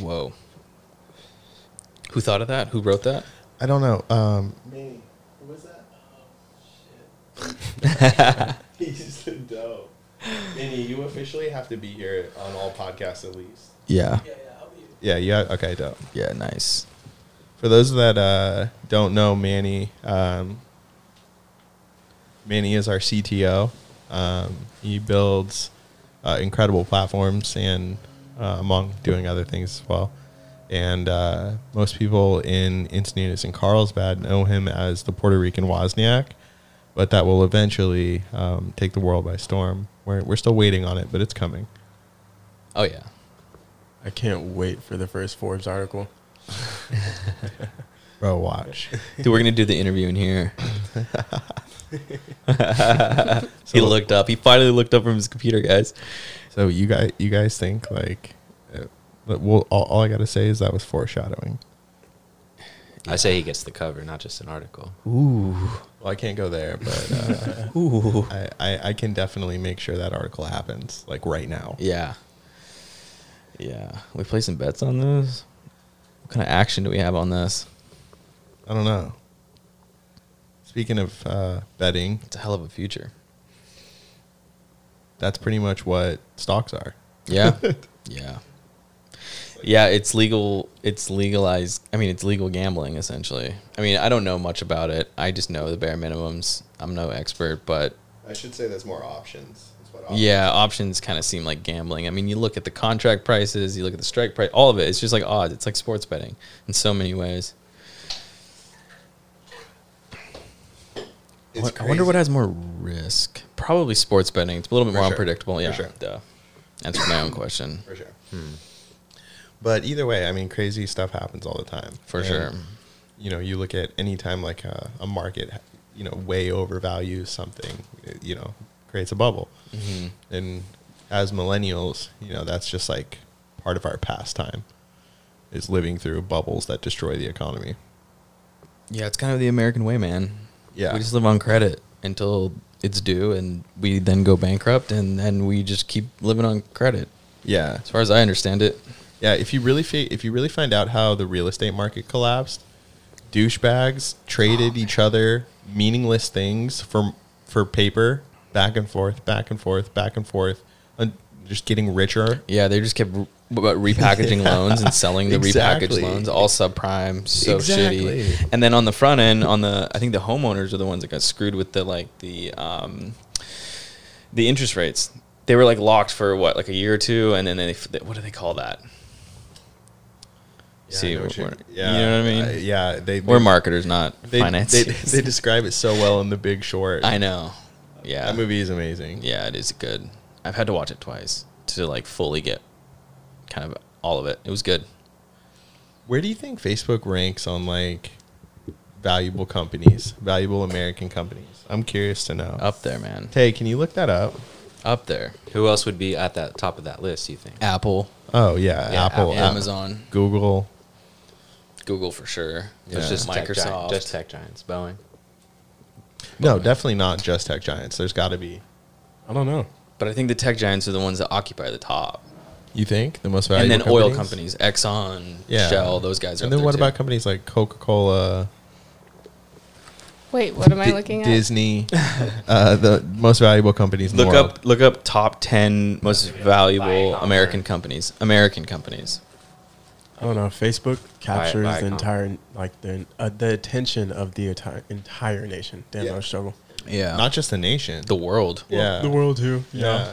Speaker 2: Whoa. Who thought of that? Who wrote that?
Speaker 1: I don't know. Um,
Speaker 6: Me. Who was that? Oh, shit. He's the dope.
Speaker 1: Minnie, you officially have to be here on all podcasts at least.
Speaker 2: Yeah.
Speaker 6: Yeah, yeah, I'll be
Speaker 1: Yeah, yeah. Okay, dope.
Speaker 2: Yeah. Nice.
Speaker 1: For those that uh, don't know, Manny, um, Manny is our CTO. Um, he builds uh, incredible platforms and uh, among doing other things as well. And uh, most people in Encinitas and Carlsbad know him as the Puerto Rican Wozniak. but that will eventually um, take the world by storm. We're we're still waiting on it, but it's coming.
Speaker 2: Oh yeah.
Speaker 4: I can't wait for the first Forbes article.
Speaker 1: Bro, watch.
Speaker 2: Dude, we're gonna do the interview in here. he looked up. He finally looked up from his computer, guys.
Speaker 1: So you guys, you guys think like, uh, but we'll, all, all I gotta say is that was foreshadowing.
Speaker 3: I say he gets the cover, not just an article.
Speaker 2: Ooh,
Speaker 1: Well, I can't go there, but uh,
Speaker 2: ooh.
Speaker 1: I, I, I can definitely make sure that article happens like right now.
Speaker 2: Yeah, yeah. We play some bets on this. What kind of action do we have on this?
Speaker 1: I don't know. Speaking of uh, betting,
Speaker 2: It's a hell of a future.
Speaker 1: that's pretty much what stocks are.
Speaker 2: Yeah, yeah, yeah. It's legal. It's legalized. I mean, it's legal gambling essentially. I mean, I don't know much about it. I just know the bare minimums. I'm no expert, but
Speaker 1: I should say there's more options. That's what
Speaker 2: Yeah, options kind of seem like gambling. I mean, you look at the contract prices, you look at the strike price, all of it. It's just like odds. It's like sports betting in so many ways. I won- I wonder what has more risk. Probably sports betting. It's a little bit
Speaker 1: For
Speaker 2: more
Speaker 1: sure.
Speaker 2: unpredictable.
Speaker 1: For
Speaker 2: Yeah,
Speaker 1: sure.
Speaker 2: duh. Answer my own question
Speaker 1: for sure. But either way, I mean, crazy stuff happens all the time.
Speaker 2: for
Speaker 1: And,
Speaker 2: sure.
Speaker 1: You know, you look at any time like uh, a, a market, you know, way overvalues something, it, you know, creates a bubble.
Speaker 2: Mm-hmm.
Speaker 1: And as millennials, you know, that's just like part of our pastime is living through bubbles that destroy the economy.
Speaker 2: Yeah, it's kind of the American way, man.
Speaker 1: Yeah.
Speaker 2: we just live on credit until it's due, and we then go bankrupt, and then we just keep living on credit.
Speaker 1: Yeah.
Speaker 2: As far as I understand it,
Speaker 1: Yeah, if you really fi- if you really find out how the real estate market collapsed, douchebags traded
Speaker 2: Oh,
Speaker 1: each other meaningless things for for paper back and forth, back and forth, back and forth, and just getting richer.
Speaker 2: Yeah, they just kept re- about repackaging loans and selling the
Speaker 1: Exactly.
Speaker 2: repackaged loans, all subprime, so
Speaker 1: Exactly.
Speaker 2: shitty. And then on the front end, on the I think the homeowners are the ones that got screwed with the like the um, the interest rates. They were like locked for what like a year or two, and then they what do they call that? See, we're, yeah, you know what I mean.
Speaker 1: Uh, yeah, they, they
Speaker 2: we're marketers, not
Speaker 1: they, they,
Speaker 2: financiers.
Speaker 1: they describe it so well in The Big Short.
Speaker 2: I know. Yeah,
Speaker 1: That movie is amazing.
Speaker 2: yeah, it is good. I've had to watch it twice to like fully get kind of all of it. It was good.
Speaker 1: Where do you think Facebook ranks on like valuable companies, valuable American companies? I'm curious to know.
Speaker 2: Up there, man.
Speaker 1: Hey, can you look that up?
Speaker 2: Up there.
Speaker 3: Who else would be at that top of that list? You think?
Speaker 2: Apple,
Speaker 1: Oh yeah,
Speaker 3: Yeah,
Speaker 1: Apple,
Speaker 3: Apple,
Speaker 1: Am-
Speaker 2: Amazon,
Speaker 1: Google.
Speaker 2: Google for sure.
Speaker 3: It's just Microsoft, tech
Speaker 2: Microsoft.
Speaker 3: giant, just tech giants, Boeing.
Speaker 1: No, definitely not just tech giants. There's got to be.
Speaker 4: I don't know.
Speaker 2: But I think the tech giants are the ones that occupy the top.
Speaker 1: You think the most
Speaker 2: And
Speaker 1: valuable?
Speaker 2: then oil companies, Exxon,
Speaker 1: Yeah.
Speaker 2: Shell, those guys are.
Speaker 1: And then what about
Speaker 2: companies?
Speaker 1: companies like Coca Cola?
Speaker 7: Wait, what am I looking at?
Speaker 1: Disney, uh, the most valuable companies. In
Speaker 2: Look
Speaker 1: the world.
Speaker 2: up look up top ten most valuable American companies. American companies.
Speaker 4: I don't know. Facebook captures
Speaker 3: Viacom.
Speaker 4: the entire like the uh, the attention of the enti- entire nation. Damn,
Speaker 1: Yeah.
Speaker 4: I struggle.
Speaker 2: Yeah.
Speaker 1: not just the nation.
Speaker 2: the world.
Speaker 1: yeah,
Speaker 4: the world too.
Speaker 1: yeah.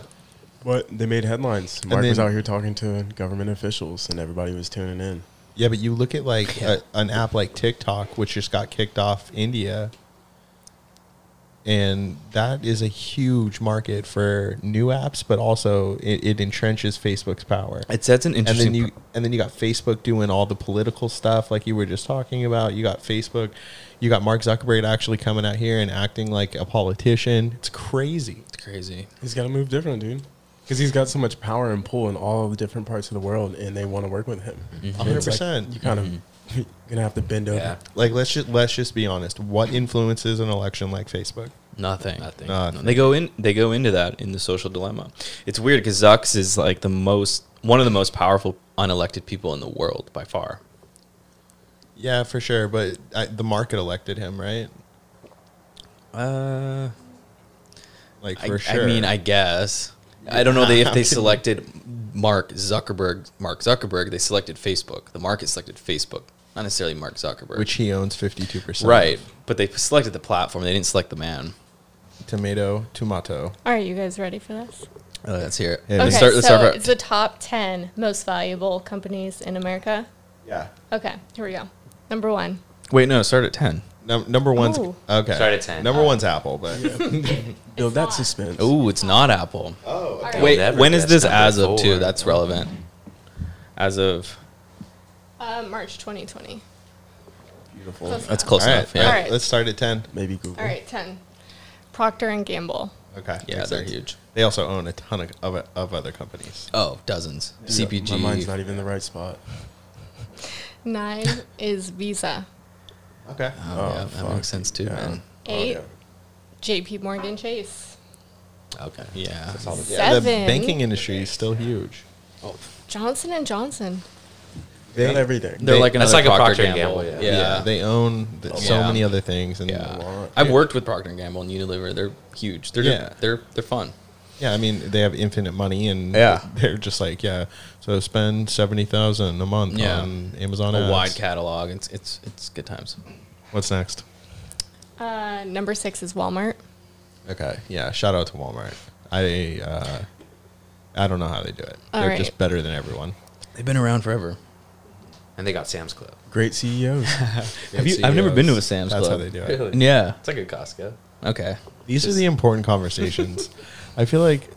Speaker 4: But they made headlines. Mark was
Speaker 1: then-
Speaker 4: out here talking to government officials, and everybody was tuning in.
Speaker 1: Yeah, but you look at like a, an app like TikTok, which just got kicked off India, and that is a huge market for new apps, but also it, it entrenches Facebook's power.
Speaker 2: It sets an
Speaker 1: and
Speaker 2: interesting
Speaker 1: then you and then you got Facebook doing all the political stuff like you were just talking about. You got Facebook, you got Mark Zuckerberg actually coming out here and acting like a politician. It's crazy.
Speaker 2: it's crazy.
Speaker 4: He's got to move different, dude. Because he's got so much power and pull in all the different parts of the world, and they want to work with him. And it's like,
Speaker 1: 100%.
Speaker 4: You kind of you're gonna have to bend over.
Speaker 3: Yeah,
Speaker 1: Like let's just let's just be honest. What influences an election like Facebook?
Speaker 2: Nothing.
Speaker 3: Nothing.
Speaker 1: Nothing.
Speaker 2: They go in. They go into that in the social dilemma. It's weird because Zucks is like the most one of the most powerful unelected people in the world by far.
Speaker 1: Yeah, for sure. But I, the market elected him, right?
Speaker 2: Uh,
Speaker 1: Like
Speaker 2: I,
Speaker 1: for
Speaker 2: I
Speaker 1: sure.
Speaker 2: mean, I guess I don't know they, if they selected Mark Zuckerberg. Mark Zuckerberg. They selected Facebook. The market selected Facebook, not necessarily Mark Zuckerberg.
Speaker 1: which he owns fifty two percent.
Speaker 2: right? But they selected the platform. They didn't select the man.
Speaker 1: Tomato, tomato.
Speaker 7: Are you guys ready for this?
Speaker 2: Oh, let's hear it.
Speaker 1: Yeah,
Speaker 7: Okay,
Speaker 2: let's start. Let's
Speaker 7: so
Speaker 2: start.
Speaker 7: it's the top 10 most valuable companies in America.
Speaker 1: Yeah.
Speaker 7: Okay, here we go. Number one,
Speaker 2: wait, no. Start at ten.
Speaker 1: Num- number one's
Speaker 7: Ooh.
Speaker 1: okay.
Speaker 3: Start at 10.
Speaker 1: Number one's Apple, but
Speaker 4: Build that
Speaker 7: not.
Speaker 4: suspense.
Speaker 2: Oh, it's not Apple.
Speaker 6: Oh, okay.
Speaker 7: Alright.
Speaker 2: Wait,
Speaker 3: Never
Speaker 2: when is
Speaker 3: guessed
Speaker 2: this
Speaker 3: number
Speaker 2: as of too?
Speaker 3: four.
Speaker 2: That's relevant. As of
Speaker 7: Uh, March 2020.
Speaker 4: Beautiful.
Speaker 7: Close
Speaker 2: Oh, that's
Speaker 7: enough.
Speaker 2: close
Speaker 1: all right,
Speaker 2: enough. Yeah.
Speaker 1: all
Speaker 7: Alright.
Speaker 1: right. Let's start at ten.
Speaker 4: Maybe Google.
Speaker 7: All right, 10. Procter and Gamble.
Speaker 1: Okay.
Speaker 2: Yeah,
Speaker 1: makes
Speaker 2: they're
Speaker 1: sense.
Speaker 2: huge.
Speaker 1: They also own a ton of of, of other companies.
Speaker 2: Oh, dozens.
Speaker 4: Yeah,
Speaker 2: CPG.
Speaker 4: My mind's not even in the right spot.
Speaker 7: Nine is Visa.
Speaker 1: Okay.
Speaker 2: oh,
Speaker 4: Oh,
Speaker 2: yeah, that
Speaker 4: fuck.
Speaker 2: makes sense too,
Speaker 4: Yeah.
Speaker 2: man.
Speaker 7: Eight,
Speaker 4: yeah.
Speaker 7: JP Morgan Chase.
Speaker 3: Okay.
Speaker 2: Yeah.
Speaker 3: That's all the
Speaker 1: Yeah, the
Speaker 7: Seven.
Speaker 1: banking industry is still huge.
Speaker 7: Johnson and Johnson.
Speaker 4: They, got everything.
Speaker 2: They're
Speaker 1: They-
Speaker 2: like another
Speaker 3: that's like a
Speaker 2: Procter,
Speaker 3: Procter and
Speaker 2: Gamble.
Speaker 3: Gamble,
Speaker 2: Yeah.
Speaker 3: yeah.
Speaker 2: Yeah.
Speaker 1: they own th- so
Speaker 2: Yeah.
Speaker 1: many other things, and
Speaker 2: Yeah.
Speaker 4: lot.
Speaker 2: I've
Speaker 4: Yeah.
Speaker 2: worked with Procter and Gamble and Unilever. They're huge. They're
Speaker 1: Yeah.
Speaker 2: they're they're fun.
Speaker 1: Yeah, I mean they have infinite money, and
Speaker 2: Yeah.
Speaker 1: they're just like yeah. So spend seventy thousand a month
Speaker 2: Yeah.
Speaker 1: on Amazon
Speaker 2: A
Speaker 1: ads.
Speaker 2: wide catalog. It's it's it's good times.
Speaker 1: What's next?
Speaker 7: Uh, number six is Walmart.
Speaker 1: Okay, yeah. Shout out to Walmart. I uh, I don't know how they do it.
Speaker 7: All
Speaker 1: they're
Speaker 7: right.
Speaker 1: just better than everyone.
Speaker 2: They've been around forever.
Speaker 3: And they got Sam's Club.
Speaker 4: Great E CEOs.
Speaker 2: Have you? I've never been to a
Speaker 3: CEOs.
Speaker 2: Sam's
Speaker 1: That's how
Speaker 2: Club.
Speaker 1: they do it.
Speaker 3: Really?
Speaker 2: Yeah.
Speaker 3: It's like a Costco.
Speaker 2: E Okay.
Speaker 1: These
Speaker 3: Just-
Speaker 1: are the important conversations. I feel like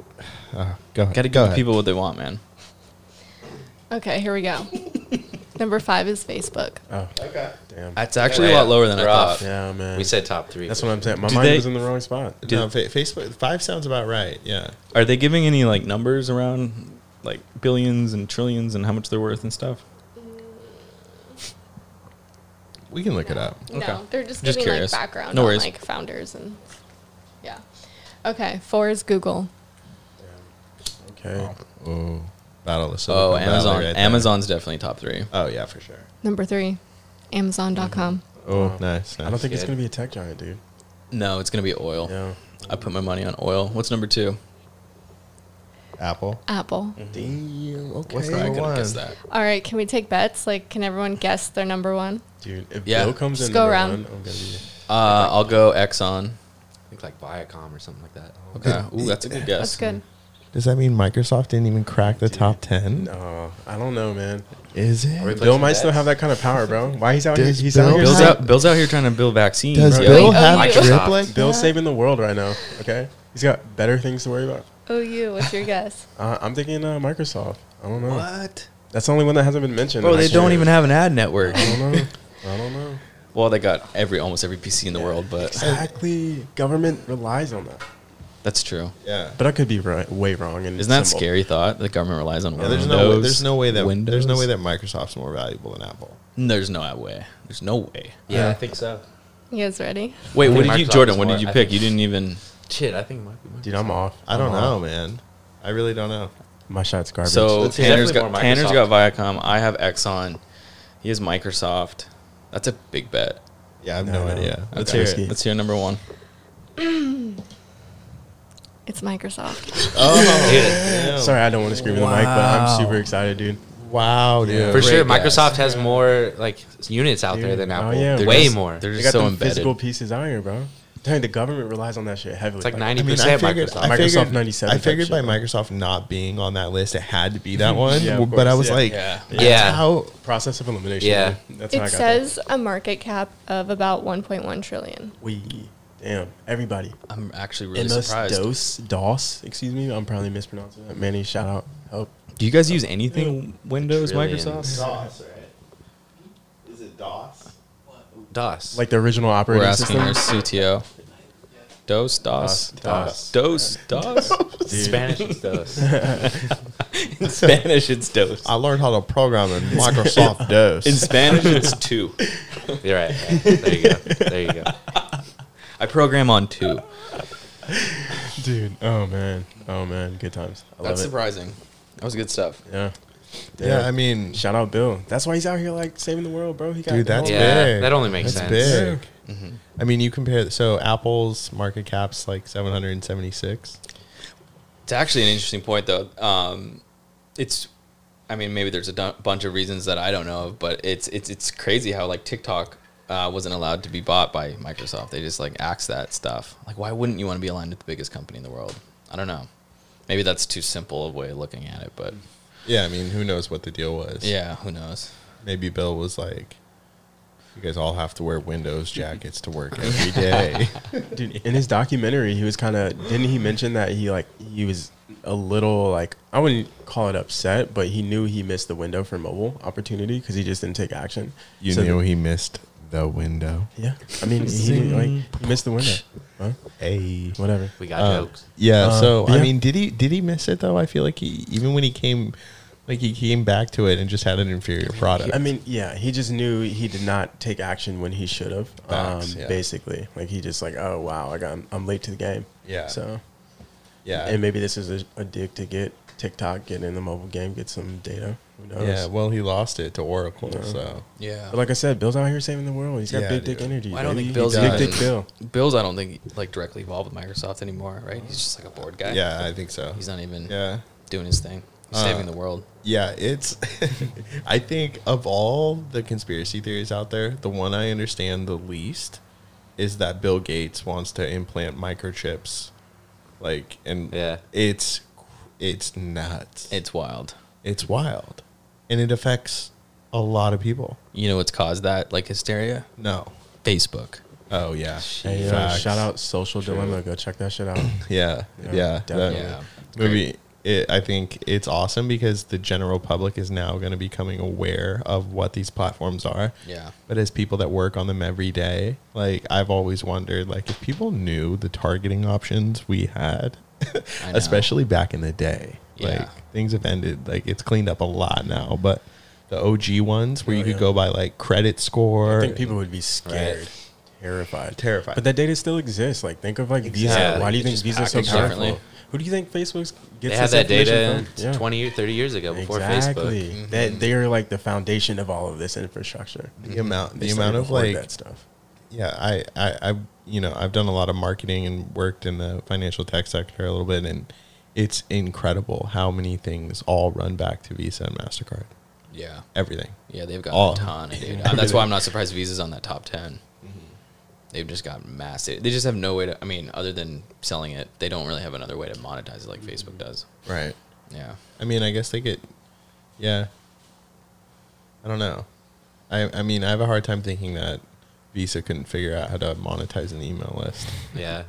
Speaker 1: uh, go go
Speaker 2: Got to give the
Speaker 1: ahead.
Speaker 2: people what they want, man.
Speaker 7: Okay, here we go. number five is Facebook.
Speaker 4: oh,
Speaker 6: Okay.
Speaker 4: damn.
Speaker 2: It's actually
Speaker 3: Way
Speaker 2: a lot
Speaker 3: up.
Speaker 2: lower than I
Speaker 3: We're off.
Speaker 2: thought.
Speaker 4: yeah, man.
Speaker 3: We said top three.
Speaker 4: That's
Speaker 3: for
Speaker 4: what I'm
Speaker 3: sure.
Speaker 4: saying. My
Speaker 2: Do
Speaker 4: mind
Speaker 2: they-
Speaker 4: was in the wrong spot.
Speaker 1: No, fa- Facebook five sounds about right. Yeah.
Speaker 2: Are they giving any like numbers around like billions and trillions and how much they're worth and stuff?
Speaker 1: We can look it up.
Speaker 2: Okay.
Speaker 7: No, they're just,
Speaker 2: Just
Speaker 7: giving
Speaker 2: curious.
Speaker 7: like background
Speaker 2: No
Speaker 7: on
Speaker 2: worries.
Speaker 7: like founders and yeah. Okay, four is Google.
Speaker 4: Okay.
Speaker 1: Oh, Battle of Silicon
Speaker 2: Oh,
Speaker 1: Valley
Speaker 2: Amazon.
Speaker 1: right there.
Speaker 2: Amazon's definitely top three.
Speaker 1: Oh yeah, for sure.
Speaker 7: Number three, Amazon.com.
Speaker 2: Mm-hmm.
Speaker 1: Oh,
Speaker 4: Wow.
Speaker 1: nice. nice.
Speaker 4: I don't think it's
Speaker 3: good.
Speaker 4: gonna be a tech giant, dude.
Speaker 2: No, it's gonna be oil.
Speaker 4: Yeah.
Speaker 2: I put my money on oil. What's number two?
Speaker 1: Apple.
Speaker 7: Apple.
Speaker 2: Mm-hmm.
Speaker 4: Damn. Okay.
Speaker 1: What's
Speaker 2: I
Speaker 1: Number
Speaker 2: could
Speaker 1: one.
Speaker 2: guess that.
Speaker 7: All right, can we take bets? Like, can everyone guess their number one?
Speaker 4: Dude, if
Speaker 2: Yeah.
Speaker 4: Bill comes
Speaker 7: Just
Speaker 4: in
Speaker 7: go
Speaker 4: number
Speaker 7: around.
Speaker 4: one, I'm gonna be.
Speaker 2: Uh, I'll go Exxon.
Speaker 3: I think like Viacom or something like that.
Speaker 2: Okay. Ooh, that's a good guess.
Speaker 7: That's good.
Speaker 1: Does that mean Microsoft didn't even crack the top ten?
Speaker 4: No, I don't know, man.
Speaker 1: Is
Speaker 3: Are we
Speaker 1: it?
Speaker 3: playing
Speaker 4: Bill
Speaker 3: some
Speaker 4: might still
Speaker 3: bets?
Speaker 4: have that kind of power, bro. Why he's out here?
Speaker 1: Does
Speaker 4: He's
Speaker 1: Bill
Speaker 4: out here.
Speaker 1: Bill's
Speaker 2: Bill's
Speaker 1: Right.
Speaker 4: saving-
Speaker 2: out. Bill's out here trying to build vaccines.
Speaker 1: Does
Speaker 2: yo.
Speaker 1: Bill
Speaker 7: Wait,
Speaker 1: have
Speaker 7: oh, you-
Speaker 1: drip
Speaker 3: Microsoft.
Speaker 1: like
Speaker 4: Bill's
Speaker 1: that?
Speaker 4: saving the world right now. Okay, he's got better things to worry about.
Speaker 7: Oh, you. What's your guess?
Speaker 4: Uh, I'm thinking uh, Microsoft. I don't know.
Speaker 2: What?
Speaker 4: That's the only one that hasn't been mentioned.
Speaker 2: Bro,
Speaker 4: and I
Speaker 2: they don't
Speaker 4: should.
Speaker 2: even have an ad network.
Speaker 4: I don't know. I don't know.
Speaker 2: well, they got every almost every PC in the world, but
Speaker 4: Exactly. Government relies on that.
Speaker 2: that's true.
Speaker 1: Yeah.
Speaker 4: But I could be right, way wrong. And
Speaker 2: Isn't that
Speaker 4: some-
Speaker 2: scary thought? The government relies on
Speaker 1: Yeah,
Speaker 2: Windows.
Speaker 1: there's no there's no way that
Speaker 2: Windows.
Speaker 1: there's no way that Microsoft's more valuable than Apple.
Speaker 2: There's no way. There's no way.
Speaker 3: Yeah, I think so.
Speaker 7: You guys ready?
Speaker 2: Wait,
Speaker 3: I
Speaker 2: what
Speaker 3: think
Speaker 2: did you,
Speaker 3: Microsoft
Speaker 2: Jordan?
Speaker 3: is
Speaker 2: What
Speaker 3: more-
Speaker 2: did you
Speaker 3: I
Speaker 2: pick?
Speaker 3: think-
Speaker 2: You didn't even.
Speaker 3: Shit, I think it might be. Microsoft.
Speaker 4: Dude, I'm off.
Speaker 1: I don't
Speaker 4: I'm
Speaker 1: know,
Speaker 4: off.
Speaker 1: man. I really don't know.
Speaker 4: My shot's garbage.
Speaker 2: So
Speaker 3: It's
Speaker 2: Tanner's
Speaker 3: definitely
Speaker 2: got
Speaker 3: more
Speaker 2: Tanner's
Speaker 3: Microsoft.
Speaker 2: got Viacom. I have Exxon. He has Microsoft. That's a big bet.
Speaker 1: Yeah, I have
Speaker 4: No,
Speaker 1: no,
Speaker 4: no.
Speaker 1: idea. Let's
Speaker 2: Okay.
Speaker 1: hear
Speaker 4: risky.
Speaker 1: it.
Speaker 2: Let's hear number one.
Speaker 7: It's Microsoft.
Speaker 1: Oh,
Speaker 4: sorry, I don't want to scream in the mic, but
Speaker 2: Wow.
Speaker 4: I'm super excited, dude.
Speaker 1: wow, dude.
Speaker 4: Yeah.
Speaker 3: For sure,
Speaker 2: Great guess.
Speaker 3: Microsoft has more like s- units out there
Speaker 4: Dude,
Speaker 3: than
Speaker 4: oh,
Speaker 3: Apple.
Speaker 4: yeah, They're
Speaker 3: Way
Speaker 2: just-
Speaker 3: more.
Speaker 2: They're
Speaker 4: They
Speaker 2: just
Speaker 4: got
Speaker 2: so
Speaker 4: them
Speaker 2: embedded.
Speaker 4: physical pieces out here, bro. Dang, the government relies on that shit heavily.
Speaker 3: It's like
Speaker 1: I
Speaker 3: ninety
Speaker 1: mean, I
Speaker 3: percent
Speaker 1: figured,
Speaker 3: Microsoft.
Speaker 1: I figured,
Speaker 4: Microsoft 97
Speaker 1: I
Speaker 4: type
Speaker 1: figured by
Speaker 4: shit.
Speaker 1: Microsoft not being on that list, it had to be that one.
Speaker 4: Yeah, of
Speaker 1: but I
Speaker 4: course,
Speaker 1: was
Speaker 4: yeah.
Speaker 1: like,
Speaker 2: Yeah.
Speaker 1: that's
Speaker 3: Yeah.
Speaker 1: how
Speaker 4: process of elimination.
Speaker 3: Yeah.
Speaker 4: dude. that's how I
Speaker 7: it
Speaker 4: got
Speaker 7: says a market cap of about 1.1 trillion.
Speaker 4: That. We damn everybody.
Speaker 2: I'm actually really
Speaker 4: MS
Speaker 2: surprised.
Speaker 4: DOS, DOS. Excuse me, I'm probably mispronouncing that. Manny, shout out, help.
Speaker 2: Do you guys use anything Windows,
Speaker 3: Trillion.
Speaker 2: Microsoft?
Speaker 6: DOS, right? Is it DOS?
Speaker 3: DOS.
Speaker 4: Like the original
Speaker 2: We're
Speaker 4: operating
Speaker 2: asking
Speaker 4: system.
Speaker 2: our CTO. Dos, dos,
Speaker 4: DOS.
Speaker 2: dos, dos.
Speaker 4: Dude.
Speaker 3: Spanish is DOS.
Speaker 2: In Spanish, it's dos.
Speaker 1: I learned how to program in Microsoft DOS.
Speaker 2: In Spanish, it's two.
Speaker 3: You're right. yeah. There you go. There you go.
Speaker 2: I program on two.
Speaker 4: Dude, oh man, oh man, good times. I
Speaker 2: That's
Speaker 4: love
Speaker 2: surprising. That was good stuff.
Speaker 4: it. Yeah.
Speaker 1: yeah, I mean,
Speaker 4: shout out Bill. That's why he's out here like saving the world, bro. He got
Speaker 1: Dude,
Speaker 4: the
Speaker 1: that's
Speaker 4: whole-
Speaker 3: yeah,
Speaker 1: big.
Speaker 3: that only makes
Speaker 1: that's
Speaker 3: sense. Mm-hmm.
Speaker 1: big. I mean, you compare so Apple's market cap's like 776.
Speaker 2: It's actually an interesting point, though. Um, it's, I mean, maybe there's a dun- bunch of reasons that I don't know of, but it's it's it's crazy how like TikTok uh, wasn't allowed to be bought by Microsoft. They just like axed that stuff. Like, why wouldn't you want to be aligned with the biggest company in the world? I don't know. Maybe that's too simple a way of looking at it, but
Speaker 1: Yeah, I mean, who knows what the deal was?
Speaker 2: yeah, who knows?
Speaker 1: maybe Bill was like, You guys all have to wear Windows jackets to work every day.
Speaker 4: Dude, in his documentary, he was kind of didn't he mention that he like he was a little like I wouldn't call it upset, but he knew he missed the window for mobile opportunity because he just didn't take action.
Speaker 1: you
Speaker 4: So
Speaker 1: knew he missed the window.
Speaker 4: yeah, I mean, he, didn't, like, he missed the window. Huh?
Speaker 1: Hey.
Speaker 4: Whatever.
Speaker 3: We got
Speaker 1: Uh,
Speaker 3: jokes.
Speaker 1: Yeah.
Speaker 4: Uh,
Speaker 1: so
Speaker 4: yeah.
Speaker 1: I mean, did he did he miss it though? I feel like he even when he came, like he came back to it and just had an inferior product.
Speaker 4: I mean, yeah, he just knew he did not take action when he should have. Um,
Speaker 1: Facts, yeah.
Speaker 4: Basically, like he just like, oh wow, I got, I'm late to the game.
Speaker 1: Yeah.
Speaker 4: So
Speaker 1: yeah.
Speaker 4: and maybe this is a, a dig to get TikTok, get in the mobile game, get some data. Who knows?
Speaker 1: yeah. Well, he lost it to Oracle.
Speaker 4: Yeah.
Speaker 1: So
Speaker 2: Yeah.
Speaker 4: But like I said, Bill's out here saving the world. He's got
Speaker 1: Yeah,
Speaker 4: big dick
Speaker 1: dude.
Speaker 4: energy.
Speaker 2: Well, I don't
Speaker 4: baby.
Speaker 2: think Bill's
Speaker 4: big
Speaker 2: out
Speaker 4: dick
Speaker 2: in-
Speaker 4: Bill.
Speaker 2: Bill's, I don't think like directly involved with Microsoft anymore, right? He's just like a board guy.
Speaker 1: yeah, I think so.
Speaker 2: He's not even
Speaker 1: Yeah.
Speaker 2: doing his thing. He's
Speaker 1: Uh,
Speaker 2: saving the world.
Speaker 1: Yeah, it's. I think of all the conspiracy theories out there, the one I understand the least is that Bill Gates wants to implant microchips, like and
Speaker 3: Yeah.
Speaker 1: it's it's nuts.
Speaker 2: It's wild.
Speaker 1: It's wild, and it affects a lot of people.
Speaker 2: You know what's caused that like hysteria?
Speaker 1: No,
Speaker 2: Facebook.
Speaker 1: oh yeah,
Speaker 4: Hey, yo,
Speaker 1: Facts.
Speaker 4: shout out Social Dilemma. Go check that shit out.
Speaker 1: yeah, yeah,
Speaker 4: Yeah,
Speaker 1: that
Speaker 4: definitely.
Speaker 2: Yeah.
Speaker 1: movie. It, I think it's awesome because the general public is now going to be becoming aware of what these platforms are.
Speaker 2: Yeah.
Speaker 1: but as people that work on them every day like i've always wondered like if people knew the targeting options we had
Speaker 2: I know.
Speaker 1: especially back in the day
Speaker 2: Yeah.
Speaker 1: like things have ended like it's cleaned up a lot now but the og ones where
Speaker 4: Oh,
Speaker 1: you could
Speaker 4: yeah.
Speaker 1: go by like credit score
Speaker 4: I think people would be scared. Terrified.
Speaker 1: Terrified.
Speaker 4: But that data still exists. Like, think of like Visa.
Speaker 3: Exactly.
Speaker 4: Why do you
Speaker 3: It's
Speaker 4: think
Speaker 3: just
Speaker 4: Visa's so
Speaker 3: packaged
Speaker 4: powerful?
Speaker 2: differently.
Speaker 4: Who do you think Facebook
Speaker 3: They
Speaker 4: gets
Speaker 3: had
Speaker 4: this
Speaker 3: that data
Speaker 4: information from? Yeah.
Speaker 3: 20 or 30 years ago before
Speaker 4: exactly.
Speaker 1: Mm-hmm.
Speaker 3: Facebook.
Speaker 4: That they are like the foundation of all of this infrastructure.
Speaker 1: the amount Mm-hmm. the
Speaker 4: They started
Speaker 1: amount
Speaker 4: to
Speaker 1: of
Speaker 4: hoard
Speaker 1: like
Speaker 4: that stuff.
Speaker 1: yeah I, I i you know i've done a lot of marketing and worked in the financial tech sector a little bit and it's incredible how many things all run back to visa and mastercard
Speaker 2: Yeah.
Speaker 1: everything
Speaker 2: Yeah, they've got
Speaker 1: All-
Speaker 2: a ton, dude. Uh, That's why I'm not surprised Visa's on that top 10. They've just got massive. They just have no way to. I mean, other than selling it, they don't really have another way to monetize it like Facebook does.
Speaker 1: right
Speaker 2: Yeah.
Speaker 1: I mean, I guess they get, yeah. I don't know. I I mean, I have a hard time thinking that Visa couldn't figure out how to monetize an email list,
Speaker 3: Yeah.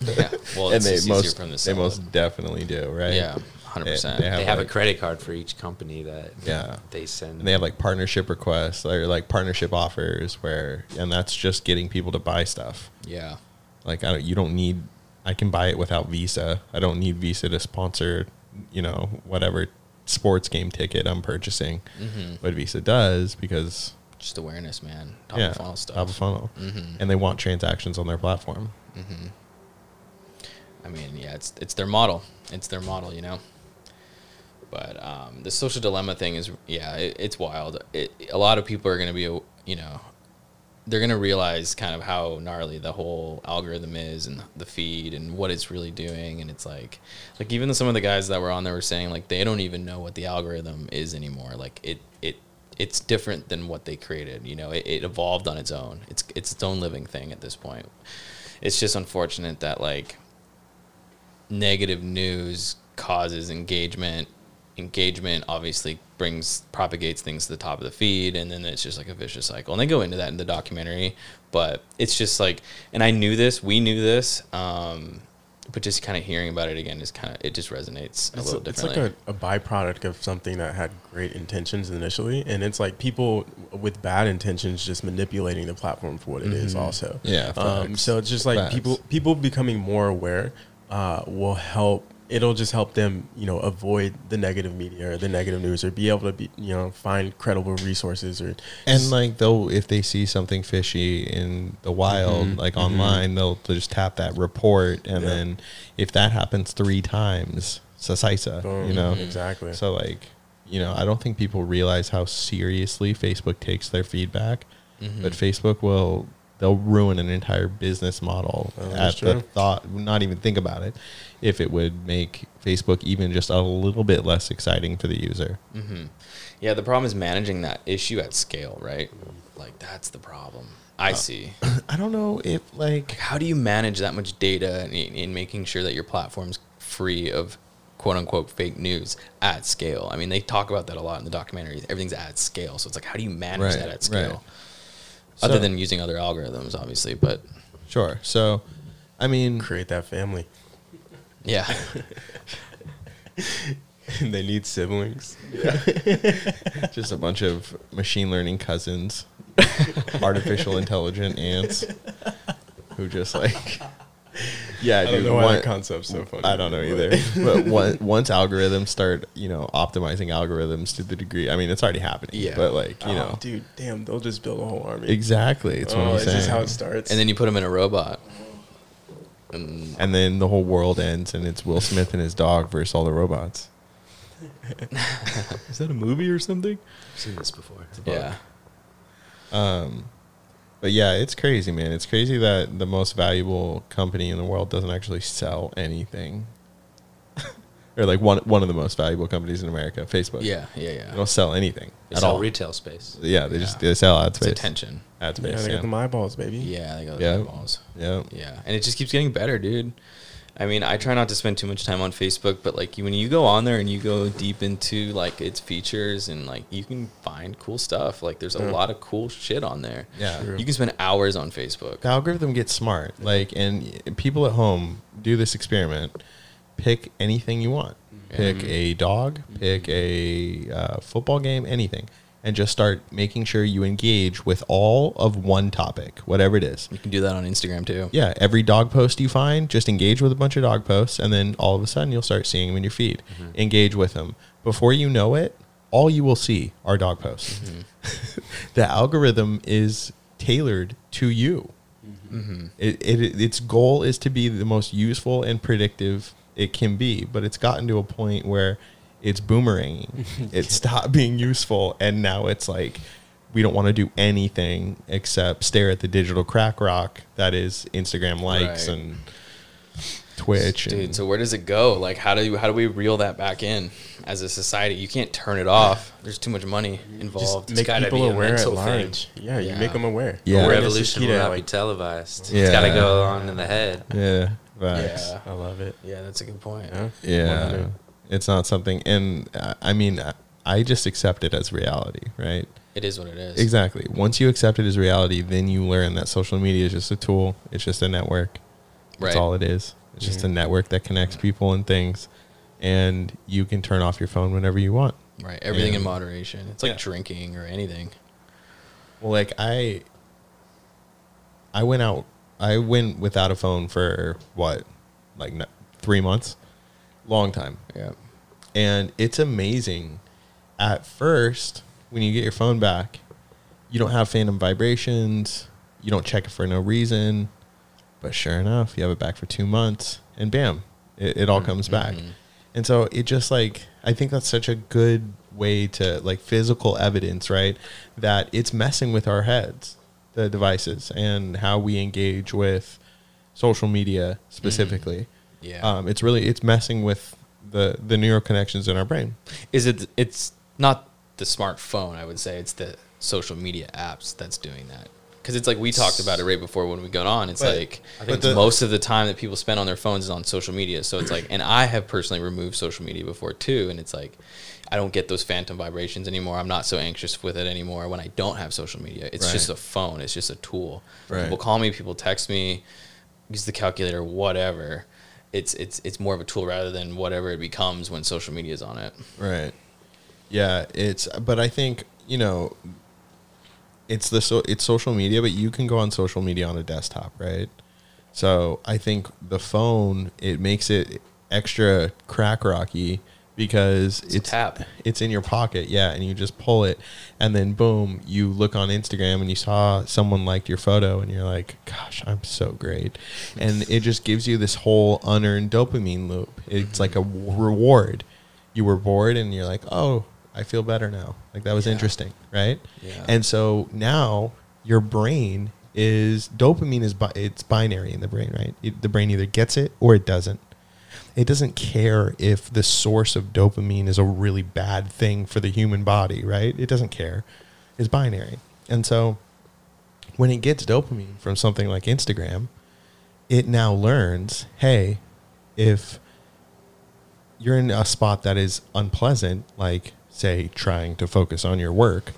Speaker 2: Yeah. Well, it's just easier
Speaker 1: most
Speaker 2: for them to
Speaker 1: they
Speaker 2: sell
Speaker 1: most
Speaker 2: it.
Speaker 1: definitely do, right?
Speaker 2: Yeah,
Speaker 1: They,
Speaker 2: 100%.
Speaker 1: they have,
Speaker 3: They have a
Speaker 1: like,
Speaker 3: credit card for each company that
Speaker 1: Yeah.
Speaker 3: they send.
Speaker 1: and they have like partnership requests or like partnership offers where, and that's just getting people to buy stuff.
Speaker 2: Yeah.
Speaker 1: Like I don't, you don't need. I can buy it without Visa. I don't need Visa to sponsor, you know, whatever sports game ticket I'm purchasing.
Speaker 2: Mhm.
Speaker 1: But Visa does because
Speaker 2: Just awareness, man. Top of funnel stuff.
Speaker 1: Top of funnel.
Speaker 2: Mhm.
Speaker 1: And they want transactions on their platform.
Speaker 2: I mean, yeah, it's it's their model. It's their model, you know. But um, the social dilemma thing is, yeah, it, it's wild. It, a lot of people are going to be, you know, they're going to realize kind of how gnarly the whole algorithm is and the feed and what it's really doing. And it's like, like even some of the guys that were on there were saying like they don't even know what the algorithm is anymore. Like it it it's different than what they created. You know, it, it evolved on its own. It's it's its own living thing at this point. It's just unfortunate that like negative news causes engagement. Engagement obviously brings propagates things to the top of the feed, and then it's just like a vicious cycle. And they go into that in the documentary, but it's just like, and I knew this, we knew this, um, but just kind of hearing about it again is kind of it just resonates a
Speaker 4: It's,
Speaker 2: little
Speaker 4: it's
Speaker 2: differently.
Speaker 4: like a, a byproduct of something that had great intentions initially, and it's like people with bad intentions just manipulating the platform for what it is. Also,
Speaker 1: Mm-hmm. Yeah,
Speaker 4: Um,
Speaker 1: facts.
Speaker 4: so it's just like
Speaker 1: Facts.
Speaker 4: people people becoming more aware uh, will help. It'll just help them, you know, avoid the negative media or the negative news, or be able to be, you know, find credible resources or
Speaker 1: And like they'll if they see something fishy in the wild, like online, they'll, they'll just tap that report and
Speaker 4: Yeah.
Speaker 1: then if that happens three times, sasisa,
Speaker 4: Boom.
Speaker 2: Mm-hmm.
Speaker 1: you know.
Speaker 4: exactly.
Speaker 1: So like, you know, I don't think people realize how seriously Facebook takes their feedback.
Speaker 4: Mm-hmm.
Speaker 1: But Facebook will they'll ruin an entire business model
Speaker 4: Oh, that's
Speaker 1: at the
Speaker 4: true.
Speaker 1: thought not even think about it if it would make Facebook even just a little bit less exciting for the user.
Speaker 2: yeah, the problem is managing that issue at scale, right? Like that's the problem. I see.
Speaker 4: Mm.
Speaker 1: I don't know if like
Speaker 2: how do you manage that much data in, in making sure that your platform's free of quote unquote fake news at scale? I mean, they talk about that a lot in the documentary. Everything's at scale. So it's like, how do you manage
Speaker 1: Right,
Speaker 2: that at
Speaker 1: right.
Speaker 2: scale? other
Speaker 1: So-
Speaker 2: than using other algorithms, obviously. But
Speaker 1: Sure. So, I mean,
Speaker 4: Create that family.
Speaker 2: yeah,
Speaker 4: they need siblings.
Speaker 1: just a bunch of machine learning cousins, artificial intelligent ants, who just like, yeah,
Speaker 4: I don't
Speaker 1: dude,
Speaker 4: know why
Speaker 1: one-
Speaker 4: that concept's so funny.
Speaker 1: I don't know
Speaker 4: but-
Speaker 1: either. but one, once algorithms start, you know, optimizing algorithms to the degree, I mean, it's already happening.
Speaker 2: Yeah.
Speaker 1: But like, you
Speaker 4: Oh,
Speaker 1: know,
Speaker 4: dude, damn, they'll just build a whole army.
Speaker 1: exactly. It's what
Speaker 4: Oh,
Speaker 1: I'm
Speaker 4: it's
Speaker 1: saying.
Speaker 4: just how it starts.
Speaker 2: and then you put them in a robot, and
Speaker 1: and then the whole world ends, and it's Will Smith and his dog versus all the robots.
Speaker 2: is that a movie or something?
Speaker 3: I've seen this before.
Speaker 2: Yeah,
Speaker 1: Um, but yeah, it's crazy, man. It's crazy that the most valuable company in the world doesn't actually sell anything, or like one one of the most valuable companies in America, Facebook.
Speaker 2: yeah, yeah,
Speaker 1: they
Speaker 2: yeah.
Speaker 1: don't sell anything
Speaker 3: They
Speaker 1: at
Speaker 3: sell
Speaker 1: all.
Speaker 3: retail space.
Speaker 1: yeah, they just
Speaker 2: Yeah.
Speaker 1: they sell ad
Speaker 2: It's
Speaker 1: space.
Speaker 2: attention.
Speaker 1: Ad
Speaker 4: yeah,
Speaker 1: space.
Speaker 4: they
Speaker 1: Yeah,
Speaker 4: got them eyeballs, baby.
Speaker 2: Yeah, they got
Speaker 1: Yeah.
Speaker 2: the balls.
Speaker 1: yeah.
Speaker 2: Yeah, and it just keeps getting better, dude. I mean, I try not to spend too much time on Facebook, but like when you go on there and you go deep into like its features and like you can find cool stuff. Like there's a
Speaker 4: Yeah.
Speaker 2: lot of cool shit on there.
Speaker 1: Yeah.
Speaker 4: True.
Speaker 2: You can spend hours on Facebook.
Speaker 1: The algorithm gets smart. Like, and people at home do this experiment. Pick anything you want. Pick a dog. Pick a uh, football game. Anything, and just start making sure you engage with all of one topic, whatever it is.
Speaker 2: You can do that on Instagram too.
Speaker 1: Yeah, every dog post you find, just engage with a bunch of dog posts, and then all of a sudden you'll start seeing them in your feed. Engage with them. Before you know it, all you will see are dog posts. the algorithm is tailored to you. It, it, its goal is to be the most useful and predictive it can be, but it's gotten to a point where it's boomeranging. it stopped being useful, and now it's like we don't want to do anything except stare at the digital crack rock that is Instagram likes
Speaker 2: Right.
Speaker 1: and Twitch.
Speaker 2: Dude,
Speaker 1: and,
Speaker 2: so where does it go? Like how do you, how do we reel that back in as a society? You can't turn it off. There's too much money involved.
Speaker 4: Just
Speaker 3: It's
Speaker 4: make
Speaker 3: gotta
Speaker 4: people
Speaker 3: be a
Speaker 4: aware at
Speaker 3: mental thing.
Speaker 4: large. Yeah, you
Speaker 2: Yeah.
Speaker 4: make them aware.
Speaker 1: Yeah.
Speaker 3: The
Speaker 4: Awareness is
Speaker 3: revolution
Speaker 4: key
Speaker 3: will
Speaker 4: to,
Speaker 3: not be
Speaker 4: like-
Speaker 3: televised.
Speaker 1: Yeah.
Speaker 3: It's got to go on in the head.
Speaker 1: yeah, facts.
Speaker 2: yeah.
Speaker 4: I love it.
Speaker 2: Yeah, that's a good point.
Speaker 4: Yeah.
Speaker 1: Yeah.
Speaker 4: Love it.
Speaker 1: It's not something, and uh, I mean, I- I just accept it as reality, right?
Speaker 2: It is what it is.
Speaker 1: Exactly. Once you accept it as reality, then you learn that social media is just a tool. It's just a network. That's
Speaker 2: Right.
Speaker 1: all it is. It's just a network that connects people and things, and you can turn off your phone whenever you want.
Speaker 2: Right. Everything in
Speaker 1: And-
Speaker 2: moderation. It's like
Speaker 1: Yeah.
Speaker 2: drinking or anything.
Speaker 1: Well, like I, I went out. I went without a phone for what, like n- three months, long time.
Speaker 2: Yeah.
Speaker 1: and it's amazing. At first, when you get your phone back, you don't have phantom vibrations. You don't check it for no reason. But sure enough, you have it back for two months, and bam, it, it all comes back. And so it just like I think that's such a good way to like physical evidence, right? That it's messing with our heads, the devices, and how we engage with social media specifically.
Speaker 2: Yeah.
Speaker 1: Um, it's really it's messing with the the neural connections in our brain.
Speaker 2: is it it's not the smartphone i would say it's the social media apps that's doing that because it's like we talked about it right before when we got on it's
Speaker 1: But-
Speaker 2: like i
Speaker 1: but
Speaker 2: think
Speaker 1: the-
Speaker 2: most of the time that people spend on their phones is on social media so it's like and i have personally removed social media before too and it's like i don't get those phantom vibrations anymore i'm not so anxious with it anymore when i don't have social media it's
Speaker 1: Right.
Speaker 2: just a phone it's just a tool
Speaker 1: Right.
Speaker 2: people call me people text me use the calculator whatever it's it's it's more of a tool rather than whatever it becomes when social media is on it
Speaker 1: Right. Yeah, it's but I think, you know, it's the so it's social media, but you can go on social media on a desktop, right? So I think the phone it makes it extra crack rocky because
Speaker 2: a
Speaker 1: it's,
Speaker 2: tap.
Speaker 1: it's in your pocket, yeah, and you just pull it, and then boom, you look on Instagram and you saw someone liked your photo, and you're like, "Gosh, I'm so great," and it just gives you this whole unearned dopamine loop. It's like a w- reward. You were bored, and you're like, "Oh, I feel better now. Like that was
Speaker 2: Yeah.
Speaker 1: interesting, right?"
Speaker 2: Yeah.
Speaker 1: And so now your brain is dopamine is bi- it's binary in the brain, right? It, the brain either gets it or it doesn't. It doesn't care if the source of dopamine is a really bad thing for the human body, right? It doesn't care. It's binary. And so when it gets dopamine from something like Instagram, it now learns, hey, if you're in a spot that is unpleasant, like say trying to focus on your work,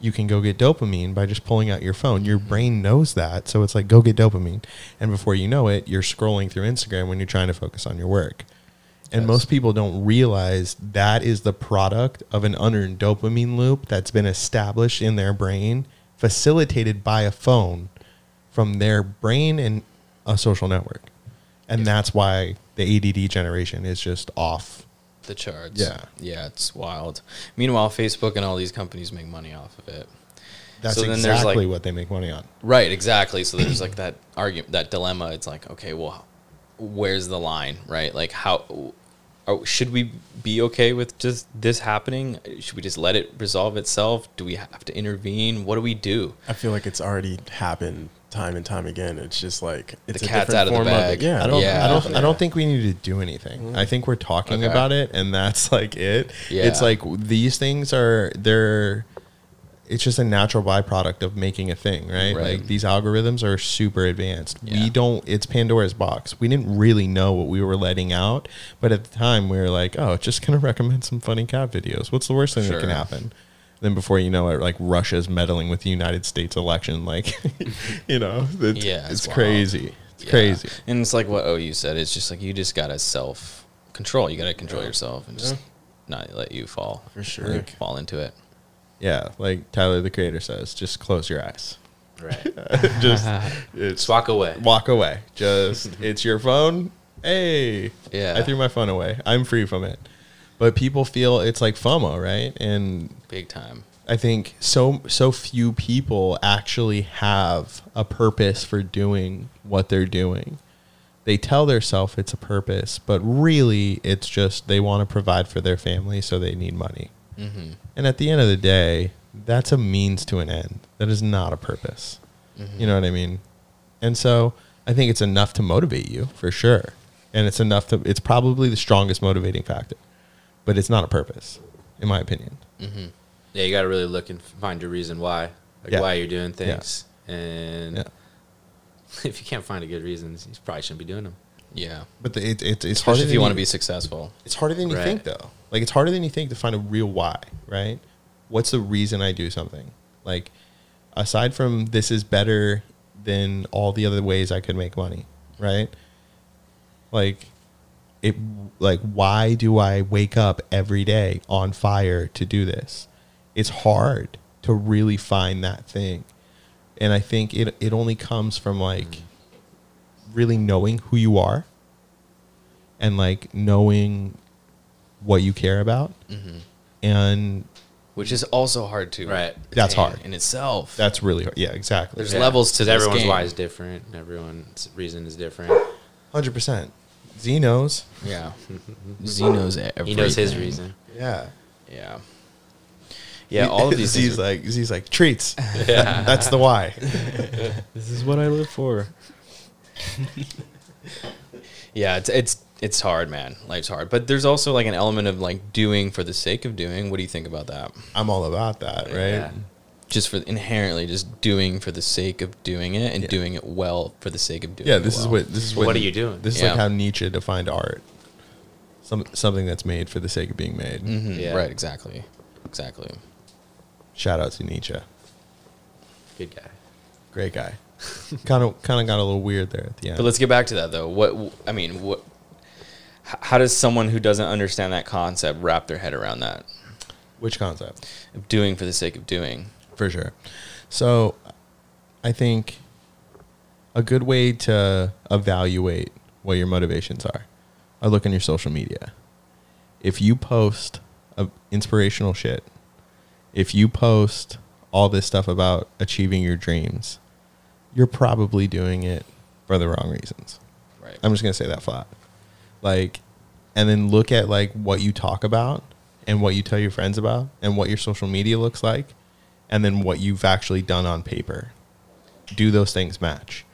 Speaker 1: you can go get dopamine by just pulling out your phone. Your brain knows that. So it's like, go get dopamine. And before you know it, you're scrolling through Instagram when you're trying to focus on your work. And most people don't realize that is the product of an unearned dopamine loop that's been established in their brain, facilitated by a phone from their brain and a social network. And that's why the ADD generation is just off.
Speaker 2: the charts.
Speaker 1: Yeah.
Speaker 2: yeah, it's wild. Meanwhile, Facebook and all these companies make money off of it.
Speaker 1: That's
Speaker 2: So then there's,
Speaker 1: exactly
Speaker 2: like-
Speaker 1: what they make money on.
Speaker 2: Right, exactly. So there's like that argument, that dilemma. It's like, okay, well, where's the line, right? Like, how are, should we be okay with just this happening? Should we just let it resolve itself? Do we have to intervene? What do we do?
Speaker 4: I feel like it's already happened time and time again. It's just like it's
Speaker 2: cat's out of the
Speaker 4: form
Speaker 2: bag.
Speaker 4: it. Yeah,
Speaker 1: I don't.
Speaker 2: Yeah. Mm-hmm.
Speaker 1: I don't. I don't think we need to do anything. I think we're talking
Speaker 2: Okay.
Speaker 1: about it, and that's like it.
Speaker 2: Yeah.
Speaker 1: It's like these things are they're. It's just a natural byproduct of making a thing, right?
Speaker 2: Right.
Speaker 1: Like these algorithms are super advanced.
Speaker 2: Yeah.
Speaker 1: We don't. It's Pandora's box. We didn't really know what we were letting out, but at the time we were like, "Oh, it's just gonna recommend some funny cat videos. What's the worst thing that can
Speaker 2: Sure.
Speaker 1: happen?" Then before you know it, like Russia's meddling with the United States election, like, you know, it's,
Speaker 2: Yeah, it's
Speaker 1: it's,
Speaker 2: wild.
Speaker 1: crazy. It's
Speaker 2: Yeah.
Speaker 1: crazy.
Speaker 2: And it's like what OU said. It's just like you just gotta self control. You gotta control yourself and just not let you fall
Speaker 4: For sure.
Speaker 2: like, fall into it.
Speaker 1: Yeah, like Tyler the Creator says, just close your eyes.
Speaker 3: Right.
Speaker 1: just it's
Speaker 3: Just walk away.
Speaker 1: walk away. Just it's your phone. Hey,
Speaker 2: Yeah.
Speaker 1: I threw my phone away. I'm free from it. But people feel it's like FOMO, right? And
Speaker 2: Big time.
Speaker 1: I think so so few people actually have a purpose for doing what they're doing. They tell themselves it's a purpose, but really it's just they want to provide for their family, so they need money. And at the end of the day, that's a means to an end. That is not a purpose. You know what I mean? And so I think it's enough to motivate you for sure. And it's enough to, it's probably the strongest motivating factor, but it's not a purpose, in my opinion.
Speaker 3: Yeah, you got to really look and find your reason why, like
Speaker 1: Yeah.
Speaker 3: why you're doing things. And Mm-hmm.
Speaker 1: Yeah.
Speaker 3: if you can't find a good reason, you probably shouldn't be doing them.
Speaker 2: Yeah.
Speaker 1: But the, it, it, it's harder
Speaker 2: Especially if
Speaker 1: than
Speaker 2: you want to be successful.
Speaker 1: It's harder than you
Speaker 3: Right.
Speaker 1: think, though. Like it's harder than you think to find a real why, right? What's the reason I do something? Like, aside from this is better than all the other ways I could make money, right? Like, it. Like, why do I wake up every day on fire to do this? It's hard to really find that thing, and I think it it only comes from like
Speaker 2: Mm.
Speaker 1: really knowing who you are and like knowing what you care about
Speaker 2: Mm-hmm.
Speaker 1: and
Speaker 2: Which is also hard to
Speaker 3: Right.
Speaker 1: That's
Speaker 2: attain
Speaker 1: hard.
Speaker 2: in itself.
Speaker 1: that's really hard yeah exactly
Speaker 2: There's levels to
Speaker 3: 'cause
Speaker 2: this
Speaker 3: everyone's
Speaker 2: game.
Speaker 3: why is different. and Everyone's reason is different.
Speaker 1: 100% z knows
Speaker 2: Yeah. Zeno's everything.
Speaker 3: He knows his reason.
Speaker 1: yeah
Speaker 2: Yeah. Yeah, all of these
Speaker 1: Z's
Speaker 2: things. Are,
Speaker 1: like Z's like treats. That's the why.
Speaker 2: this is what I live for. yeah, it's it's it's hard, man. Life's hard. But there's also like an element of like doing for the sake of doing. What do you think about that?
Speaker 1: I'm all about that, right?
Speaker 3: Yeah.
Speaker 2: Just for inherently just doing for the sake of doing it and
Speaker 1: Yeah.
Speaker 2: doing it well for the sake of doing
Speaker 1: Yeah,
Speaker 2: it.
Speaker 1: this is
Speaker 2: well.
Speaker 1: what this is what,
Speaker 3: What, are you doing?
Speaker 1: This is
Speaker 2: Yeah.
Speaker 1: like how Nietzsche defined art. Some something that's made for the sake of being made.
Speaker 2: Mhm,
Speaker 3: Yeah.
Speaker 2: Right, exactly. Exactly.
Speaker 1: Shout out to Nietzsche.
Speaker 3: good guy.
Speaker 1: Great guy. kind of kind of got a little weird there at the end.
Speaker 2: But let's get back to that though. What I mean, what h- how does someone who doesn't understand that concept wrap their head around that?
Speaker 1: Which concept?
Speaker 2: Of doing for the sake of doing.
Speaker 1: for sure. So, I think a good way to evaluate what your motivations are are look on your social media. If you post uh, inspirational shit, if you post all this stuff about achieving your dreams, you're probably doing it for the wrong reasons.
Speaker 2: Right.
Speaker 1: I'm just gonna say that flat. Like, and then look at like what you talk about and what you tell your friends about and what your social media looks like, and then what you've actually done on paper. Do those things match?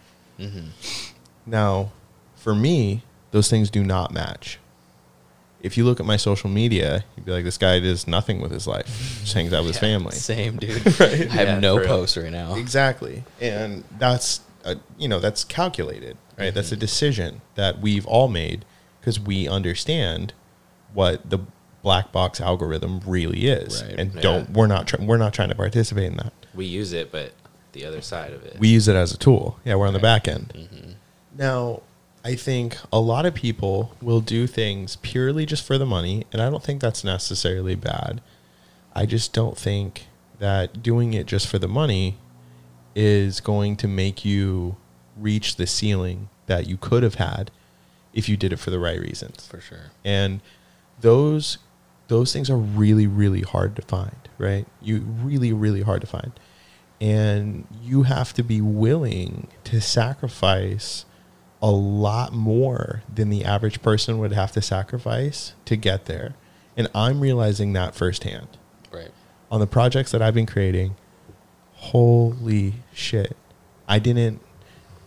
Speaker 1: Now, for me, those things do not match. If you look at my social media, you'd be like, this guy does nothing with his life. Just hangs out with his family.
Speaker 2: Same dude. I have
Speaker 3: Yeah,
Speaker 2: no
Speaker 3: for real.
Speaker 2: posts right now.
Speaker 1: Exactly. And that's, a, you know, that's calculated, right? That's a decision that we've all made because we understand what the black box algorithm really is,
Speaker 2: Right.
Speaker 1: and
Speaker 3: Yeah.
Speaker 1: don't we're not try- we're not trying to participate in that.
Speaker 3: We use it, but the other side of it.
Speaker 1: We use it as a tool. Yeah, we're on the back end. Now, I think a lot of people will do things purely just for the money, and I don't think that's necessarily bad. I just don't think that doing it just for the money is going to make you reach the ceiling that you could have had if you did it for the right reasons
Speaker 2: for sure.
Speaker 1: and those those things are really really hard to find right you really really hard to find and you have to be willing to sacrifice a lot more than the average person would have to sacrifice to get there and i'm realizing that firsthand
Speaker 2: Right.
Speaker 1: on the projects that i've been creating holy shit i didn't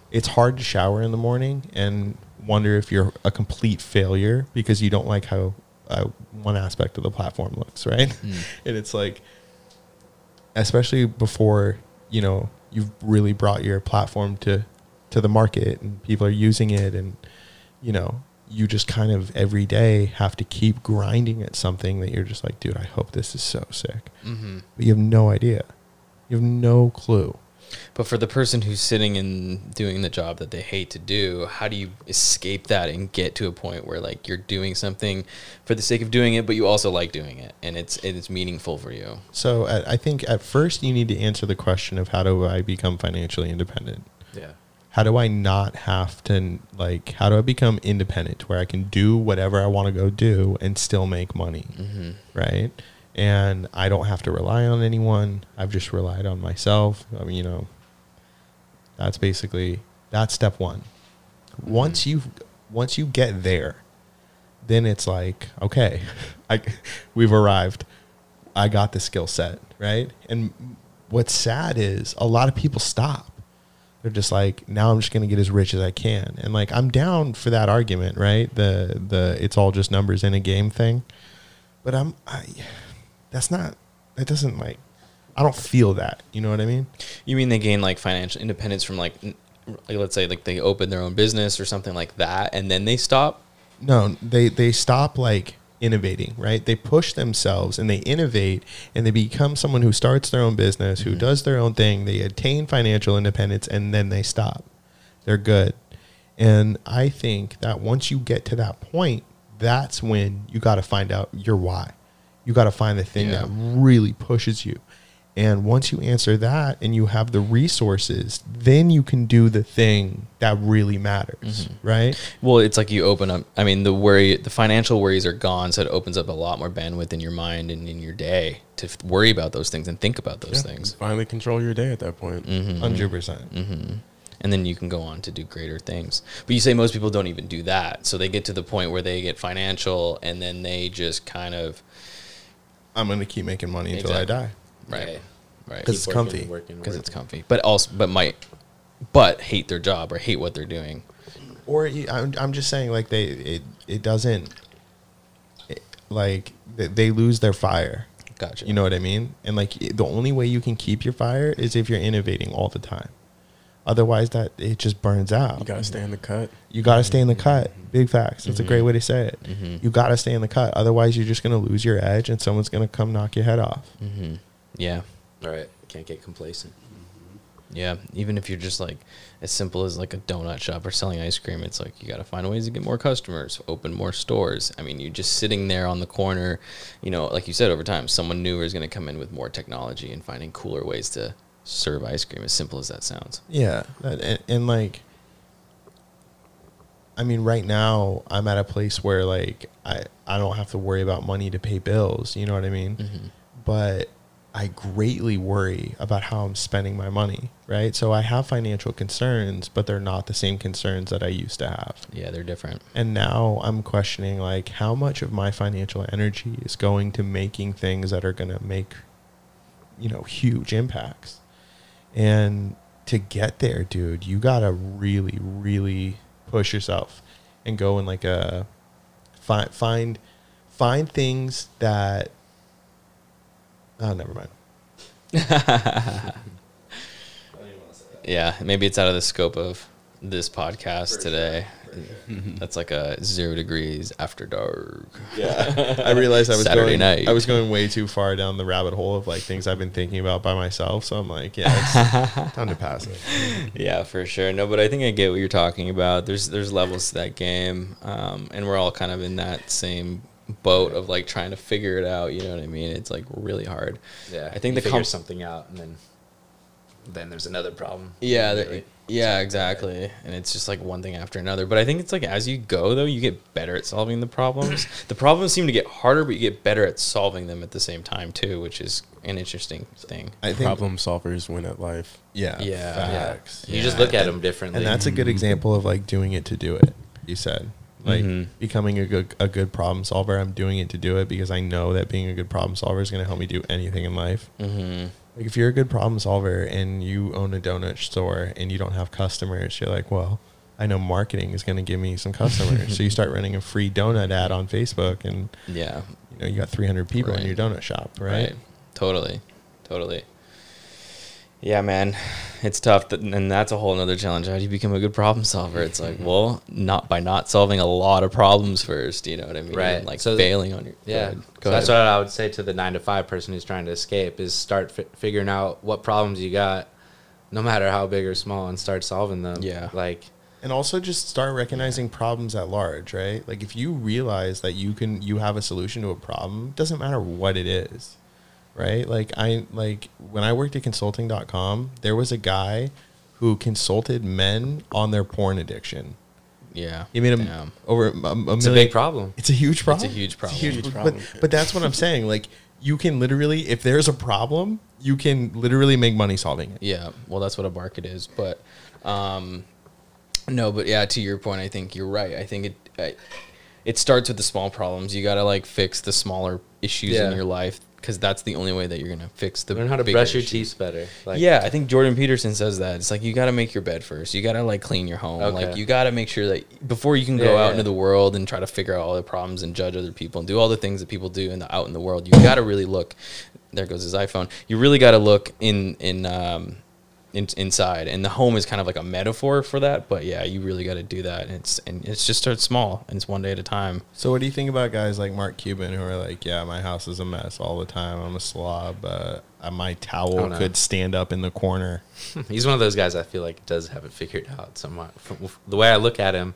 Speaker 1: it's hard to shower in the morning and wonder if you're a complete failure because you don't like how uh, one aspect of the platform looks, right? and it's like, especially before you know you've really brought your platform to to the market and people are using it, and you know you just kind of every day have to keep grinding at something that you're just like, dude, I hope this is so sick,
Speaker 2: Mm-hmm.
Speaker 1: but you have no idea, you have no clue.
Speaker 2: But for the person who's sitting and doing the job that they hate to do, how do you escape that and get to a point where like you're doing something for the sake of doing it, but you also like doing it and it's and it's meaningful for you?
Speaker 1: So at, I think at first you need to answer the question of how do I become financially independent?
Speaker 3: yeah.
Speaker 1: How do I not have to like? How do I become independent where I can do whatever I want to go do and still make money, right? And I don't have to rely on anyone. I've just relied on myself. I mean, you know, that's basically that's step one. Once you once you get there, then it's like okay, I we've arrived. I got the skill set, right? And what's sad is a lot of people stop. They're just like, now I'm just going to get as rich as I can. And like I'm down for that argument, right? The the it's all just numbers in a game thing. But I'm I that's not that doesn't like I don't feel that. You know what I mean?
Speaker 2: You mean they gain like financial independence from like, n- like let's say like they open their own business or something like that, and then they stop?
Speaker 1: no they they stop like innovating right they push themselves and they innovate and they become someone who starts their own business who does their own thing they attain financial independence and then they stop they're good and i think that once you get to that point that's when you got to find out your why you got to find the thing
Speaker 2: Yeah.
Speaker 1: that really pushes you and once you answer that and you have the resources then you can do the thing that really matters right
Speaker 2: Well, it's like you open up. I mean, the worry, the financial worries are gone, so it opens up a lot more bandwidth in your mind and in your day to f- worry about those things and think about those things.
Speaker 4: Finally control your day at that point.
Speaker 1: 100 percent.
Speaker 2: and then you can go on to do greater things. But you say most people don't even do that. So they get to the point where they get financial and then they just kind of
Speaker 1: I'm gonna keep making money until
Speaker 2: Exactly.
Speaker 1: I die.
Speaker 2: right right
Speaker 1: 'Cause it's
Speaker 3: Keep
Speaker 1: comfy.
Speaker 3: Working,
Speaker 2: because
Speaker 3: working.
Speaker 2: it's comfy. But also but might but hate their job or hate what they're doing.
Speaker 1: Or you- I'm, I'm just saying, like they, it, it doesn't, it, like they- they lose their fire.
Speaker 2: Gotcha.
Speaker 1: You know what I mean? And like it- the only way you can keep your fire is if you're innovating all the time. Otherwise, that it just burns out.
Speaker 4: You gotta stay in the cut.
Speaker 1: You got to stay in the cut. Big facts. That's a great way to say it.
Speaker 2: Mhm.
Speaker 1: You got to stay in the cut. Otherwise, you're just gonna lose your edge, and someone's gonna come knock your head off.
Speaker 2: hmm Yeah. Mm-hmm.
Speaker 3: All right. Can't get complacent.
Speaker 2: Yeah. Even if you're just like as simple as like a donut shop or selling ice cream, it's like you got to find ways to get more customers, open more stores. I mean, you're just sitting there on the corner, you know, like you said, over time, someone newer is going to come in with more technology and finding cooler ways to serve ice cream, as simple as that sounds.
Speaker 1: Yeah, that, and, and like, I mean, right now I'm at a place where like I I don't have to worry about money to pay bills. You know what I mean? But I greatly worry about how I'm spending my money. Right, so I have financial concerns, but they're not the same concerns that I used to have.
Speaker 2: Yeah, they're different.
Speaker 1: And now I'm questioning like how much of my financial energy is going to making things that are going to make you know huge impacts. And to get there, dude, you got to really really push yourself and go in like a find find find things that Oh, never mind.
Speaker 2: Yeah, maybe it's out of the scope of this podcast today. That's like a zero degrees after dark.
Speaker 1: Yeah, I realized I was
Speaker 2: Saturday
Speaker 1: going,
Speaker 2: night.
Speaker 1: I was going way too far down the rabbit hole of like things I've been thinking about by myself. So I'm like, yeah, it's time to pass it.
Speaker 2: Yeah, for sure. No, but I think I get what you're talking about. There's there's levels to that game, um, and we're all kind of in that same boat of like trying to figure it out. You know what I mean? It's like really hard.
Speaker 3: Yeah,
Speaker 2: I think
Speaker 3: you
Speaker 2: the
Speaker 3: figure
Speaker 2: com-
Speaker 3: something out, and then then there's another problem.
Speaker 2: Yeah, the-
Speaker 3: Really.
Speaker 2: yeah, exactly. And it's just like one thing after another. But I think it's like as you go though, you get better at solving the problems. the problems seem to get harder, but you get better at solving them at the same time too, which is an interesting thing.
Speaker 1: I think,
Speaker 4: Problem solvers win at life.
Speaker 1: yeah,
Speaker 2: Yeah.
Speaker 1: facts.
Speaker 3: You just
Speaker 2: Yeah.
Speaker 3: look at them differently.
Speaker 1: And that's a good example of like doing it to do it. You said like
Speaker 2: Mhm.
Speaker 1: becoming a good a good problem solver. I'm doing it to do it because I know that being a good problem solver is going to help me do anything in life.
Speaker 2: Mm-hmm.
Speaker 1: Like if you're a good problem solver and you own a donut store and you don't have customers, you're like, well, I know marketing is going to give me some customers. so you start running a free donut ad on Facebook, and
Speaker 2: Yeah.
Speaker 1: you know you got 300 people in your
Speaker 2: Right.
Speaker 1: donut shop,
Speaker 2: Right.
Speaker 1: right?
Speaker 2: Totally. Totally. Yeah, man. It's tough. th- And that's a whole nother challenge. How do you become a good problem solver? It's like,
Speaker 3: Mm-hmm.
Speaker 2: well, not by not solving a lot of problems first. You know what I mean?
Speaker 3: Right.
Speaker 2: And, like
Speaker 3: So-
Speaker 2: failing on your. Go
Speaker 3: Yeah,
Speaker 2: ahead.
Speaker 3: so that's what I would say to the nine to five person who's trying to escape is start fi- figuring out what problems you got, no matter how big or small, and start solving them.
Speaker 2: Yeah.
Speaker 3: like
Speaker 1: and also just start recognizing problems at large right like if you realize that you can you have a solution to a problem it doesn't matter what it is right like i like when i worked at consulting.com there was a guy who consulted men on their porn addiction
Speaker 2: Yeah.
Speaker 1: he made him
Speaker 2: Damn.
Speaker 1: over a, a million
Speaker 3: it's a big problem.
Speaker 1: it's a huge problem.
Speaker 2: huge problem.
Speaker 4: Huge problem,
Speaker 1: But,
Speaker 4: yeah.
Speaker 1: but that's what I'm saying. Like, you can literally, if there's a problem, you can literally make money solving it.
Speaker 2: Yeah. Well, that's what a market is. But um, no, but yeah, to your point, I think you're right. I think it I, it starts with the small problems. You got to like fix the smaller issues
Speaker 3: Yeah.
Speaker 2: in your life because that's the only way that you're going to fix the
Speaker 3: Learn how to
Speaker 2: bigger
Speaker 3: brush your
Speaker 2: issues.
Speaker 3: teeth better. Like,
Speaker 2: yeah, I think Jordan Peterson says that. It's like you got to make your bed first. You got to like clean your home. Like
Speaker 3: Okay.
Speaker 2: you got to make sure that before you can go
Speaker 3: Yeah,
Speaker 2: out
Speaker 3: yeah.
Speaker 2: into the world and try to figure out all the problems and judge other people and do all the things that people do in the out in the world, you got to really look. There goes his iPhone. You really got to look in in um in, inside, and the home is kind of like a metaphor for that. But yeah, you really got to do that. And it's and it's just start small and it's one day at a time.
Speaker 1: So, what do you think about guys like Mark Cuban who are like, yeah, my house is a mess all the time. I'm a slob. Uh, my
Speaker 3: Oh,
Speaker 1: towel
Speaker 3: no.
Speaker 1: could stand up in the corner.
Speaker 3: he's one of those guys I feel like does have it figured out somewhat. From the way I look at him,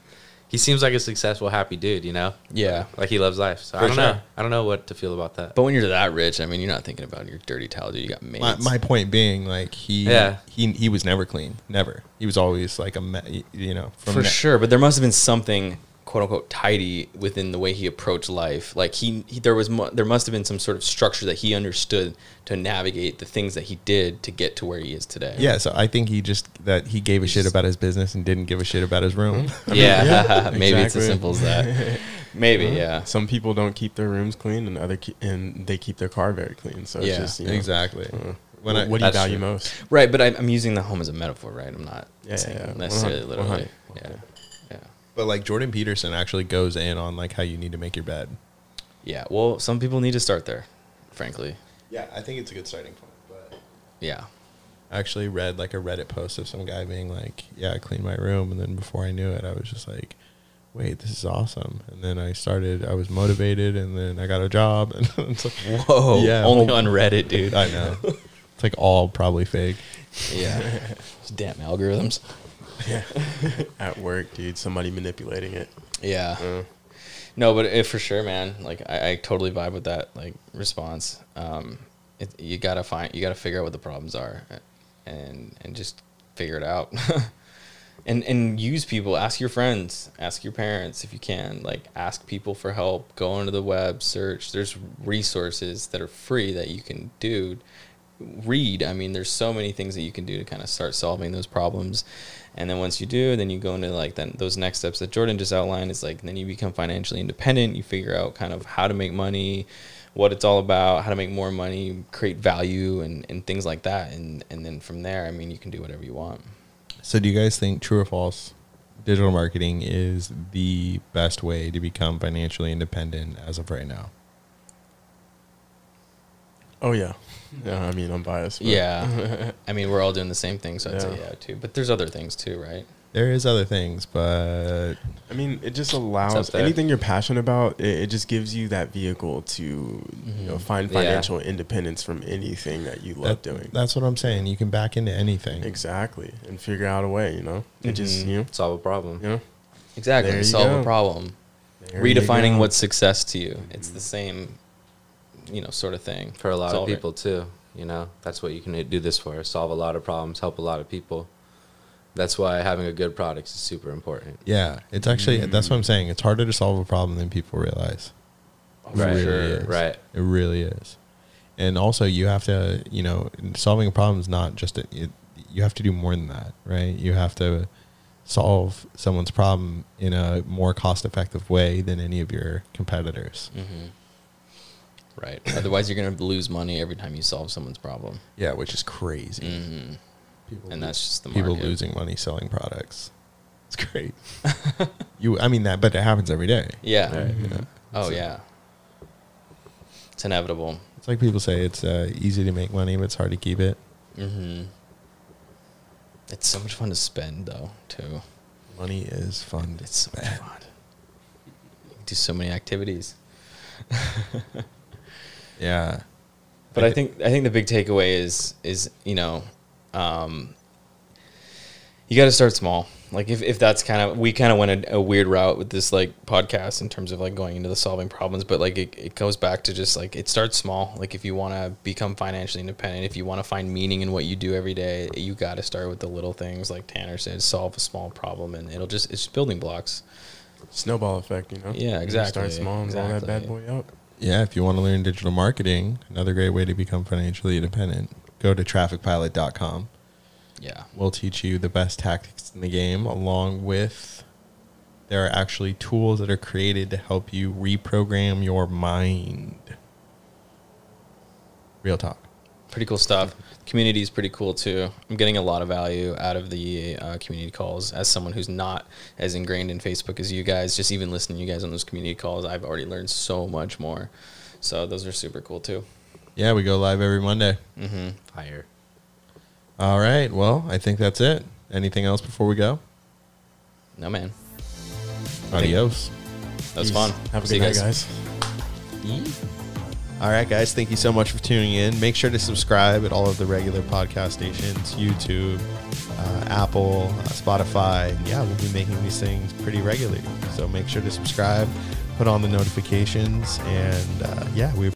Speaker 3: he seems like a successful, happy dude. You know,
Speaker 2: Yeah.
Speaker 3: like he loves life. So
Speaker 2: For
Speaker 3: I don't know.
Speaker 2: sure.
Speaker 3: I don't know what to feel about that.
Speaker 2: But when you're that rich, I mean, you're not thinking about your dirty towel, dude. You got maids.
Speaker 1: My, my point being, like, he,
Speaker 3: Yeah.
Speaker 1: he he was never clean. Never. He was always like a, me- you know, from
Speaker 2: for
Speaker 1: ne-
Speaker 2: sure but there must have been something quote unquote tidy within the way he approached life like he, he there was mu- there must have been some sort of structure that he understood to navigate the things that he did to get to where he is today
Speaker 1: Yeah, so I think he just that he gave a shit about his business and didn't give a shit about his room.
Speaker 2: yeah, maybe it's as
Speaker 4: exactly.
Speaker 2: simple as that maybe yeah
Speaker 4: Some people don't keep their rooms clean, and other ke- and they keep their car very clean. So
Speaker 2: Yeah,
Speaker 4: it's just, you know,
Speaker 1: exactly.
Speaker 4: uh,
Speaker 1: When
Speaker 4: wh-
Speaker 1: I-
Speaker 4: what do you
Speaker 1: that's
Speaker 4: value
Speaker 1: true.
Speaker 4: most?
Speaker 2: right but I'm, I'm using the home as a metaphor right i'm not
Speaker 4: Yeah,
Speaker 2: saying
Speaker 4: yeah, yeah.
Speaker 2: necessarily
Speaker 4: 100,
Speaker 2: literally
Speaker 4: 100.
Speaker 2: yeah yeah
Speaker 1: But like Jordan Peterson actually goes in on like how you need to make your bed.
Speaker 2: yeah well some people need to start there frankly
Speaker 1: Yeah, I think it's a good starting point. But
Speaker 2: yeah
Speaker 1: I actually read like a Reddit post of some guy being like, "Yeah, I cleaned my room," and then before I knew it, I was just like, "Wait, this is awesome!" And then I started. I was motivated, and then I got a job. And it's like,
Speaker 2: whoa
Speaker 1: Yeah.
Speaker 2: only on reddit dude
Speaker 1: dude, I know. It's like all probably fake.
Speaker 2: yeah damn algorithms
Speaker 4: At work, dude, somebody manipulating it.
Speaker 2: Yeah. No, but it, for sure, man. Like I, I totally vibe with that like response. Um, it, you gotta find, you gotta figure out what the problems are, and and just figure it out, and and use people. Ask your friends, ask your parents if you can. Like ask people for help. Go onto the web, search. There's resources that are free that you can do read. I mean, there's so many things that you can do to kind of start solving those problems. And then once you do, then you go into like then those next steps that Jordan just outlined is like then you become financially independent. You figure out kind of how to make money, what it's all about, how to make more money, create value, and and things like that. And and then from there, I mean, you can do whatever you want.
Speaker 1: So, do you guys think true or false? Digital marketing is the best way to become financially independent as of right now.
Speaker 4: Oh yeah, yeah. I mean, I'm biased. but-
Speaker 2: Yeah, I mean, we're all doing the same thing, so I'd say
Speaker 4: Yeah.
Speaker 2: yeah too. But there's other things too, right?
Speaker 1: There is other things, but
Speaker 4: I mean, it just
Speaker 3: It's
Speaker 4: allows
Speaker 3: up there.
Speaker 4: anything you're passionate about. It, it just gives you that vehicle to you know find
Speaker 3: Yeah.
Speaker 4: financial independence from anything that you
Speaker 1: that-
Speaker 4: love doing.
Speaker 1: that's what I'm saying. You can back into anything.
Speaker 4: exactly, and figure out a way. You know, it just you know,
Speaker 3: Solve a problem.
Speaker 4: you know
Speaker 2: Exactly.
Speaker 4: There you
Speaker 2: solve
Speaker 4: go.
Speaker 2: a problem.
Speaker 4: There you
Speaker 2: Redefining
Speaker 4: go. Mm-hmm.
Speaker 2: what's success to you. It's the same, you know, sort of thing
Speaker 3: for a lot
Speaker 2: Solve it.
Speaker 3: of people too. You know, that's what you can do this for: solve a lot of problems, help a lot of people. That's why having a good product is super important.
Speaker 1: Yeah, it's actually that's
Speaker 2: Mm.
Speaker 1: what I'm saying. It's harder to solve a problem than people realize. It
Speaker 3: Right.
Speaker 1: really
Speaker 3: Sure.
Speaker 1: is.
Speaker 3: Right.
Speaker 1: It really is. And also, you have to, you know, solving a problem is not just a, it, you have to do more than that, right? You have to solve someone's problem in a more cost-effective way than any of your competitors.
Speaker 2: Mm. Right. Otherwise, you're going to lose money every time you solve someone's problem.
Speaker 1: Yeah, which is crazy. People
Speaker 2: Mm-hmm. And that's just the
Speaker 1: people
Speaker 2: market.
Speaker 1: losing money selling products. It's great. you, I mean that, but it happens every day.
Speaker 2: Yeah.
Speaker 1: You know?
Speaker 2: Oh, yeah. It's inevitable.
Speaker 1: It's like people say it's uh, easy to make money, but it's hard to keep it.
Speaker 2: hmm It's so much fun to spend, though, too.
Speaker 1: Money is fun.
Speaker 2: It's so much fun. You can do so many activities.
Speaker 1: Yeah.
Speaker 2: But I think I think the big takeaway is is you know, um, you got to start small. Like if, if that's kind of we kind of went a, a weird route with this like podcast in terms of like going into the solving problems, but like it, it goes back to just like it starts small. Like if you want to become financially independent, if you want to find meaning in what you do every day, you got to start with the little things. Like Tanner said, solve a small problem, and it'll just it's building blocks.
Speaker 4: snowball effect. You know,
Speaker 2: Yeah,
Speaker 4: You just
Speaker 2: exactly,
Speaker 4: Start small and roll that bad
Speaker 2: exactly.
Speaker 4: boy out.
Speaker 1: Yeah, if you want to learn digital marketing, another great way to become financially independent, go to trafficpilot.com.
Speaker 2: Yeah,
Speaker 1: We'll teach you the best tactics in the game, along with there are actually tools that are created to help you reprogram your mind. Real talk.
Speaker 2: pretty cool stuff. Community is pretty cool too. I'm getting a lot of value out of the uh, community calls as someone who's not as ingrained in Facebook as you guys. Just even listening to you guys on those community calls, I've already learned so much more. So those are super cool too.
Speaker 1: Yeah, we go live every Monday.
Speaker 3: Fire.
Speaker 1: All right. Well, I think that's it. Anything else before we go?
Speaker 2: No man,
Speaker 1: Adios.
Speaker 2: that was fun.
Speaker 4: Have a
Speaker 2: See
Speaker 4: good
Speaker 2: you
Speaker 4: night, guys.
Speaker 1: All right, guys. Thank you so much for tuning in. Make sure to subscribe at all of the regular podcast stations YouTube, uh, Apple, uh, Spotify. Yeah, we'll be making these things pretty regularly. So make sure to subscribe, put on the notifications, and uh, yeah, we